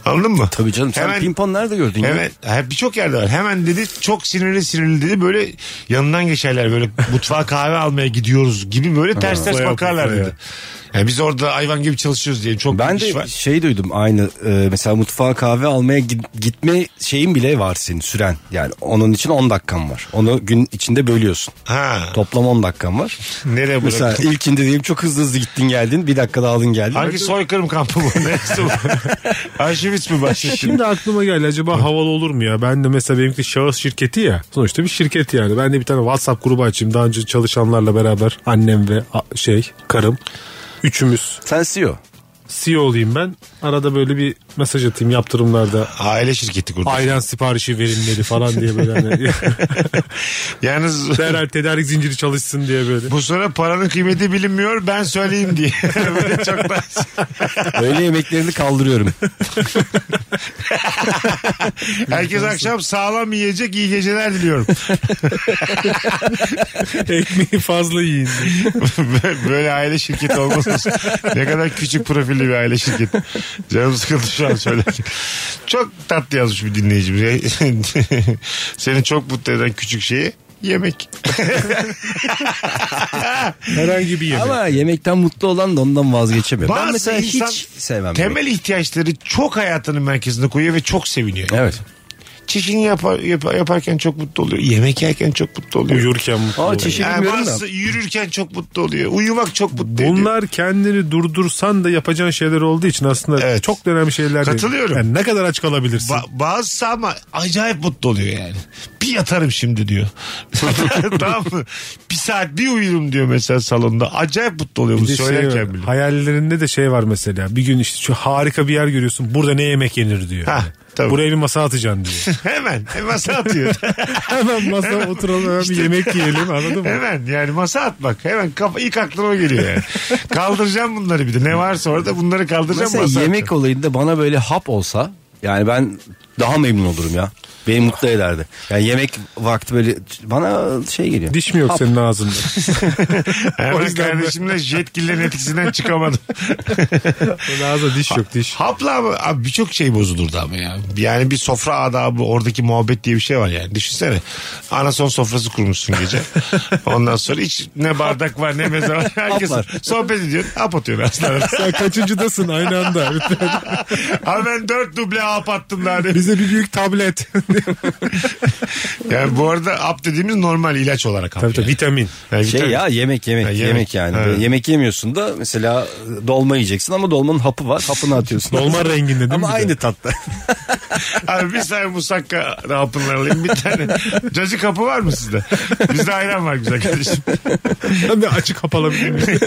Anladın mı? Tabii canım sen Hemen- pimpon nerede gördün ya? Evet ha, birçok yerde var. Hemen dedi çok sinirli sinirli dedi böyle yanından geçerler böyle mutfağa kahve almaya gidiyoruz gibi böyle ters ters Kafaya, bakarlar kafaya. dedi. Yani biz orada hayvan gibi çalışıyoruz diye çok Ben bir iş de var. şey duydum aynı e, mesela mutfağa kahve almaya git- gitme şeyin bile var senin süren. Yani onun için 10 dakikan var. Onu gün içinde bölüyorsun. Ha. Toplam 10 dakikan var. Nereye Mesela bırakıyorsun? ilkinde diyeyim çok hızlı hızlı gittin geldin bir dakikada aldın geldin. Hangi soykırım kampı bu? Neresi bu? Auschwitz mi başladı? Şimdi aklıma geldi acaba havalı olur mu ya? Ben de mesela benimki şahıs şirketi ya. Sonuçta bir şirket yani. Ben de bir tane WhatsApp grubu açayım. Daha önce çalışanlarla beraber annem ve a- şey karım. Üçümüz Sen E CEO. CEO olayım ben. Arada böyle bir mesaj atayım yaptırımlarda. Aile şirketi kurdu. Ayran siparişi verilmeli falan diye böyle hani Yalnız derhal tedarik zinciri çalışsın diye böyle. bu sonra paranın kıymeti bilinmiyor ben söyleyeyim diye. Böyle çok da Öğle yemeklerini kaldırıyorum. Herkes akşam sağlam yiyecek iyi geceler diliyorum. Ekmeği fazla yiyin. diye. Böyle aile şirketi olmaz olsun. Ne kadar küçük profilli bir aile şirketi. Canım sıkıldı şu an söylerken. Çok tatlı yazmış bir dinleyicimiz. Seni çok mutlu eden küçük şeyi Yemek. Herhangi bir yemek. Ama yemekten mutlu olan da ondan vazgeçemiyor. ben Bazı mesela insan hiç sevmem. yemek. Temel ihtiyaçları çok hayatının merkezine koyuyor ve çok seviniyor. Evet. Çişini yapar, yapar- yaparken çok mutlu oluyor. Yemek yerken çok mutlu oluyor. Uyurken mutlu Aa, oluyor. çişi Yani bilmiyorum da. bazısı yürürken çok mutlu oluyor. Uyumak çok mutlu ediyor. Bunlar kendini durdursan da yapacağın şeyler olduğu için aslında çok da önemli şeyler değil. Katılıyorum. Yani ne kadar aç kalabilirsin? Ba- bazısı ama acayip mutlu oluyor yani. Bir yatarım şimdi diyor. tamam mı? Bir saat bir uyurum diyor mesela salonda. Acayip mutlu oluyor Bir bunu de şey söylerken var, bile. hayallerinde de şey var mesela. Bir gün işte şu harika bir yer görüyorsun. Burada ne yemek yenir diyor. Ha, Yani. Buraya bir masa atacaksın diyor. hemen e, masa atıyor. hemen masa oturalım hemen bir yemek yiyelim anladın mı? Hemen yani masa atmak. Hemen kafa, ilk aklıma o geliyor yani. kaldıracağım bunları bir de. Ne varsa orada bunları kaldıracağım Mesela masa yemek olayında bana böyle hap olsa yani ben daha memnun olurum ya. Beni mutlu ederdi. Yani yemek vakti böyle bana şey geliyor. Diş mi yok Hap. senin ağzında? Hemen O yüzden kardeşimle jetgillerin etkisinden çıkamadım. Ağzında diş yok diş. Hapla ama abi birçok şey bozulurdu ama ya. Yani bir sofra adabı oradaki muhabbet diye bir şey var yani. Düşünsene. Anason sofrası kurmuşsun gece. Ondan sonra hiç ne bardak var ne meze var. Herkes Haplar. sohbet ediyor. Hap atıyor aslında. Sen kaçıncıdasın aynı anda? Lütfen. Abi ben dört duble hap attım daha demin. Bize bir büyük tablet. Yani bu arada hap dediğimiz normal ilaç olarak hap. Tabii tabii yani. vitamin. Yani Şey vitamin. ya yemek yemek Ha, yemek. yemek, yani. Ha. Böyle Yemek yemiyorsun da mesela dolma yiyeceksin ama dolmanın hapı var. Hapını atıyorsun. Dolma renginde değil Ama mi? aynı tatta. Abi bir tane musakka hapından alayım bir tane. Cacık hapı var mı sizde? Bizde ayran var güzel kardeşim. Ben de açık kapalabilir miyim?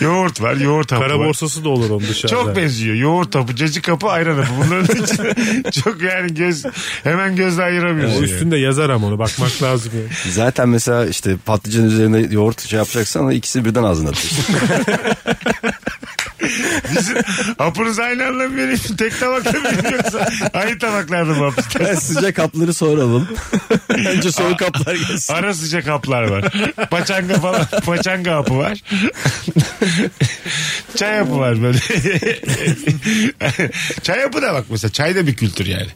Yoğurt var yoğurt hapı Kara var. borsası da olur onun dışarıda. Çok benziyor. Yoğurt hapı, cacık hapı, ayran hapı. Bunların içinde çok yani göz hemen gözle ayıramıyorsun. O yani. üstünde yazar ama onu bakmak lazım. Yani. Zaten mesela işte patlıcanın üzerine yoğurt şey yapacaksan ama ikisi birden ağzına atıyorsun. Bizim hapınız aynı anda mı vereyim? Tek tabakta mı vereyim yoksa aynı tabaklarda mı hap Ben istersin? sıcak hapları sonra alalım. Önce soğuk haplar gelsin. Ara sıcak haplar var. Paçanga falan. Paçanga hapı var. Çay hapı var böyle. Çay hapı da bak mesela. Çay da bir kültür yani.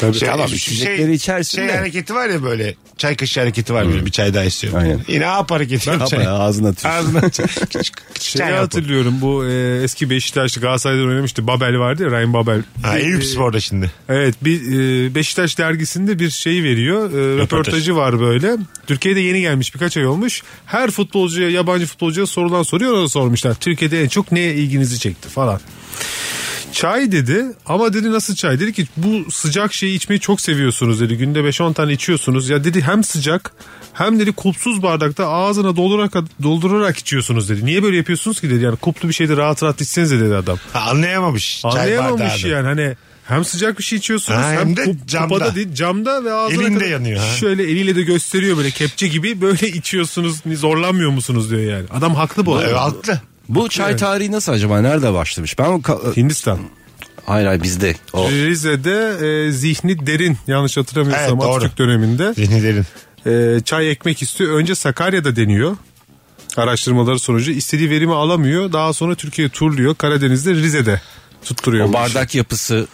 Tabii, tamam, içecekleri içersin Şey de. hareketi var ya böyle. Çay kaşığı hareketi var böyle. Bir çay daha istiyorum. Aynen. Yine hap hareketi. Hap ya, ağzına atıyorsun. Ağzına çay. Küçük- küçük Şeyi çay hapı. hatırlıyorum bu e, eski Beşiktaşlı Galatasaray'da oynamıştı. Babel vardı ya Ryan Babel. Ha, Bir, Eyüp e, Spor'da şimdi. Evet bir e, Beşiktaş dergisinde bir şey veriyor. E, röportajı var böyle. Türkiye'de yeni gelmiş birkaç ay olmuş. Her futbolcuya yabancı futbolcuya sorulan soruyor ona da sormuşlar. Türkiye'de en çok neye ilginizi çekti falan. Çay dedi ama dedi nasıl çay dedi ki bu sıcak şeyi içmeyi çok seviyorsunuz dedi günde 5-10 tane içiyorsunuz ya dedi hem sıcak hem dedi kupsuz bardakta ağzına doldurarak, doldurarak içiyorsunuz dedi niye böyle yapıyorsunuz ki dedi yani kuplu bir şeyde rahat rahat içsenize dedi adam Ha, anlayamamış. Çay Anlayamamış bardağını. yani hani hem sıcak bir şey içiyorsunuz Ha, hem, hem de kup- camda. kupada değil camda ve ağzına Elinde kadar yanıyor, ha. şöyle eliyle de gösteriyor böyle kepçe gibi böyle içiyorsunuz zorlanmıyor musunuz diyor yani. Adam haklı bu. Evet, arada. haklı. Bu çay tarihi nasıl acaba? Nerede başlamış? Ben o ka- Hindistan. Hayır hayır bizde. Şey, O. Rize'de e, zihni derin yanlış hatırlamıyorsam Evet, doğru. Atatürk döneminde Zihni derin. e, çay ekmek istiyor. Önce Sakarya'da deniyor. Araştırmaları sonucu istediği verimi alamıyor. Daha sonra Türkiye turluyor. Karadeniz'de Rize'de tutturuyor. O bu işi. bardak yapısı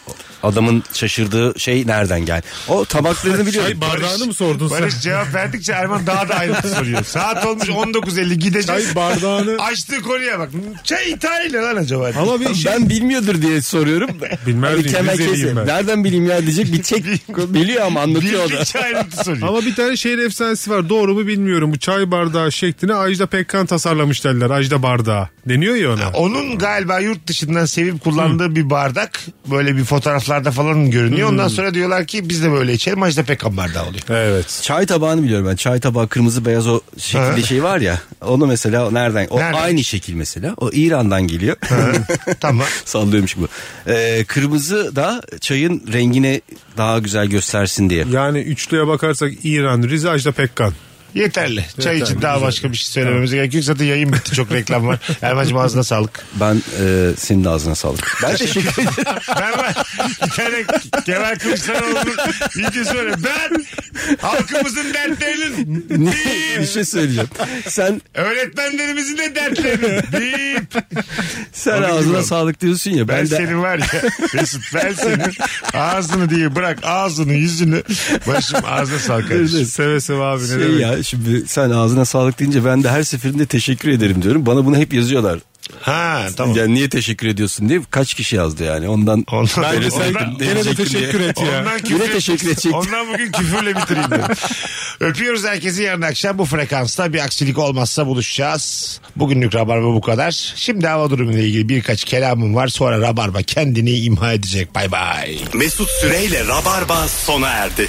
adamın şaşırdığı şey nereden geldi? O tabaklarını biliyorum. Çay bardağını mı sordun sen? Barış cevap verdikçe Erman daha da ayrıntı soruyor. Saat olmuş 19.50 gideceğiz. Çay bardağını Açtığı konuya bak. Çay İtalya lan acaba? ama bir şey Ben bilmiyordur diye soruyorum. Bilmez Hani miyim? kemer Rizeliyim kese. ben. Nereden bileyim ya diyecek. Bir çek biliyor ama anlatıyor o da. Bildikçe ayrıntı soruyor. Ama bir tane şehir efsanesi var. Doğru mu bilmiyorum. Bu çay bardağı şeklini Ajda Pekkan tasarlamış derler. Ajda bardağı. Deniyor ya ona. Onun galiba yurt dışından sevip kullandığı bir bardak böyle bir fotoğraflarda falan görünüyor. Ondan sonra diyorlar ki biz de böyle içelim. Ajda Pekkan bardağı oluyor. Evet. Çay tabağını biliyorum ben. Çay tabağı kırmızı beyaz o Ha. şekilde şey var ya. Onu mesela nereden? O Nereden? aynı şekil mesela. O İran'dan geliyor. tamam. Sallıyormuş bu. Ee, kırmızı da çayın rengini daha güzel göstersin diye. Yani üçlüye bakarsak İran, Rize, Ajda Pekkan. Yeterli. Çay Yeterli, için daha güzel. başka bir şey söylememize gerek yok. Zaten yayın bitti. Çok reklam var. Erman'cığım ağzına sağlık. Ben e, senin de ağzına sağlık. Ben teşekkür ederim. Ben var. Bir tane Kemal Kılıçdaroğlu'nun videosu öyle. Ben Halkımızın dertlerinin. bir şey söyleyeceğim. Sen Öğretmenlerimizin de dertlerinin. Deyip. sen Onu ağzına biliyorum. sağlık diyorsun ya. Ben, Ben, de senin var ya Mesut ben senin ağzını diye bırak ağzını yüzünü başım ağzına sağlık kardeşim. Seve seve abi ne şey demek. ya şimdi sen ağzına sağlık deyince ben de her seferinde teşekkür ederim diyorum. Bana bunu hep yazıyorlar. Ha tamam. Yani niye teşekkür ediyorsun diye kaç kişi yazdı yani ondan. Ondan, Böyle sen- gene de diyecektim teşekkür diye. et ya. Ondan Yine küfür teşekkür edecektim. Ondan bugün küfürle bitireyim dedim. Öpüyoruz herkesi yarın akşam bu frekansta bir aksilik olmazsa buluşacağız. Bugünlük Rabarba bu kadar. Şimdi hava durumuyla ilgili birkaç kelamım var sonra Rabarba kendini imha edecek. Bay bay. Mesut Süreyle Rabarba sona erdi.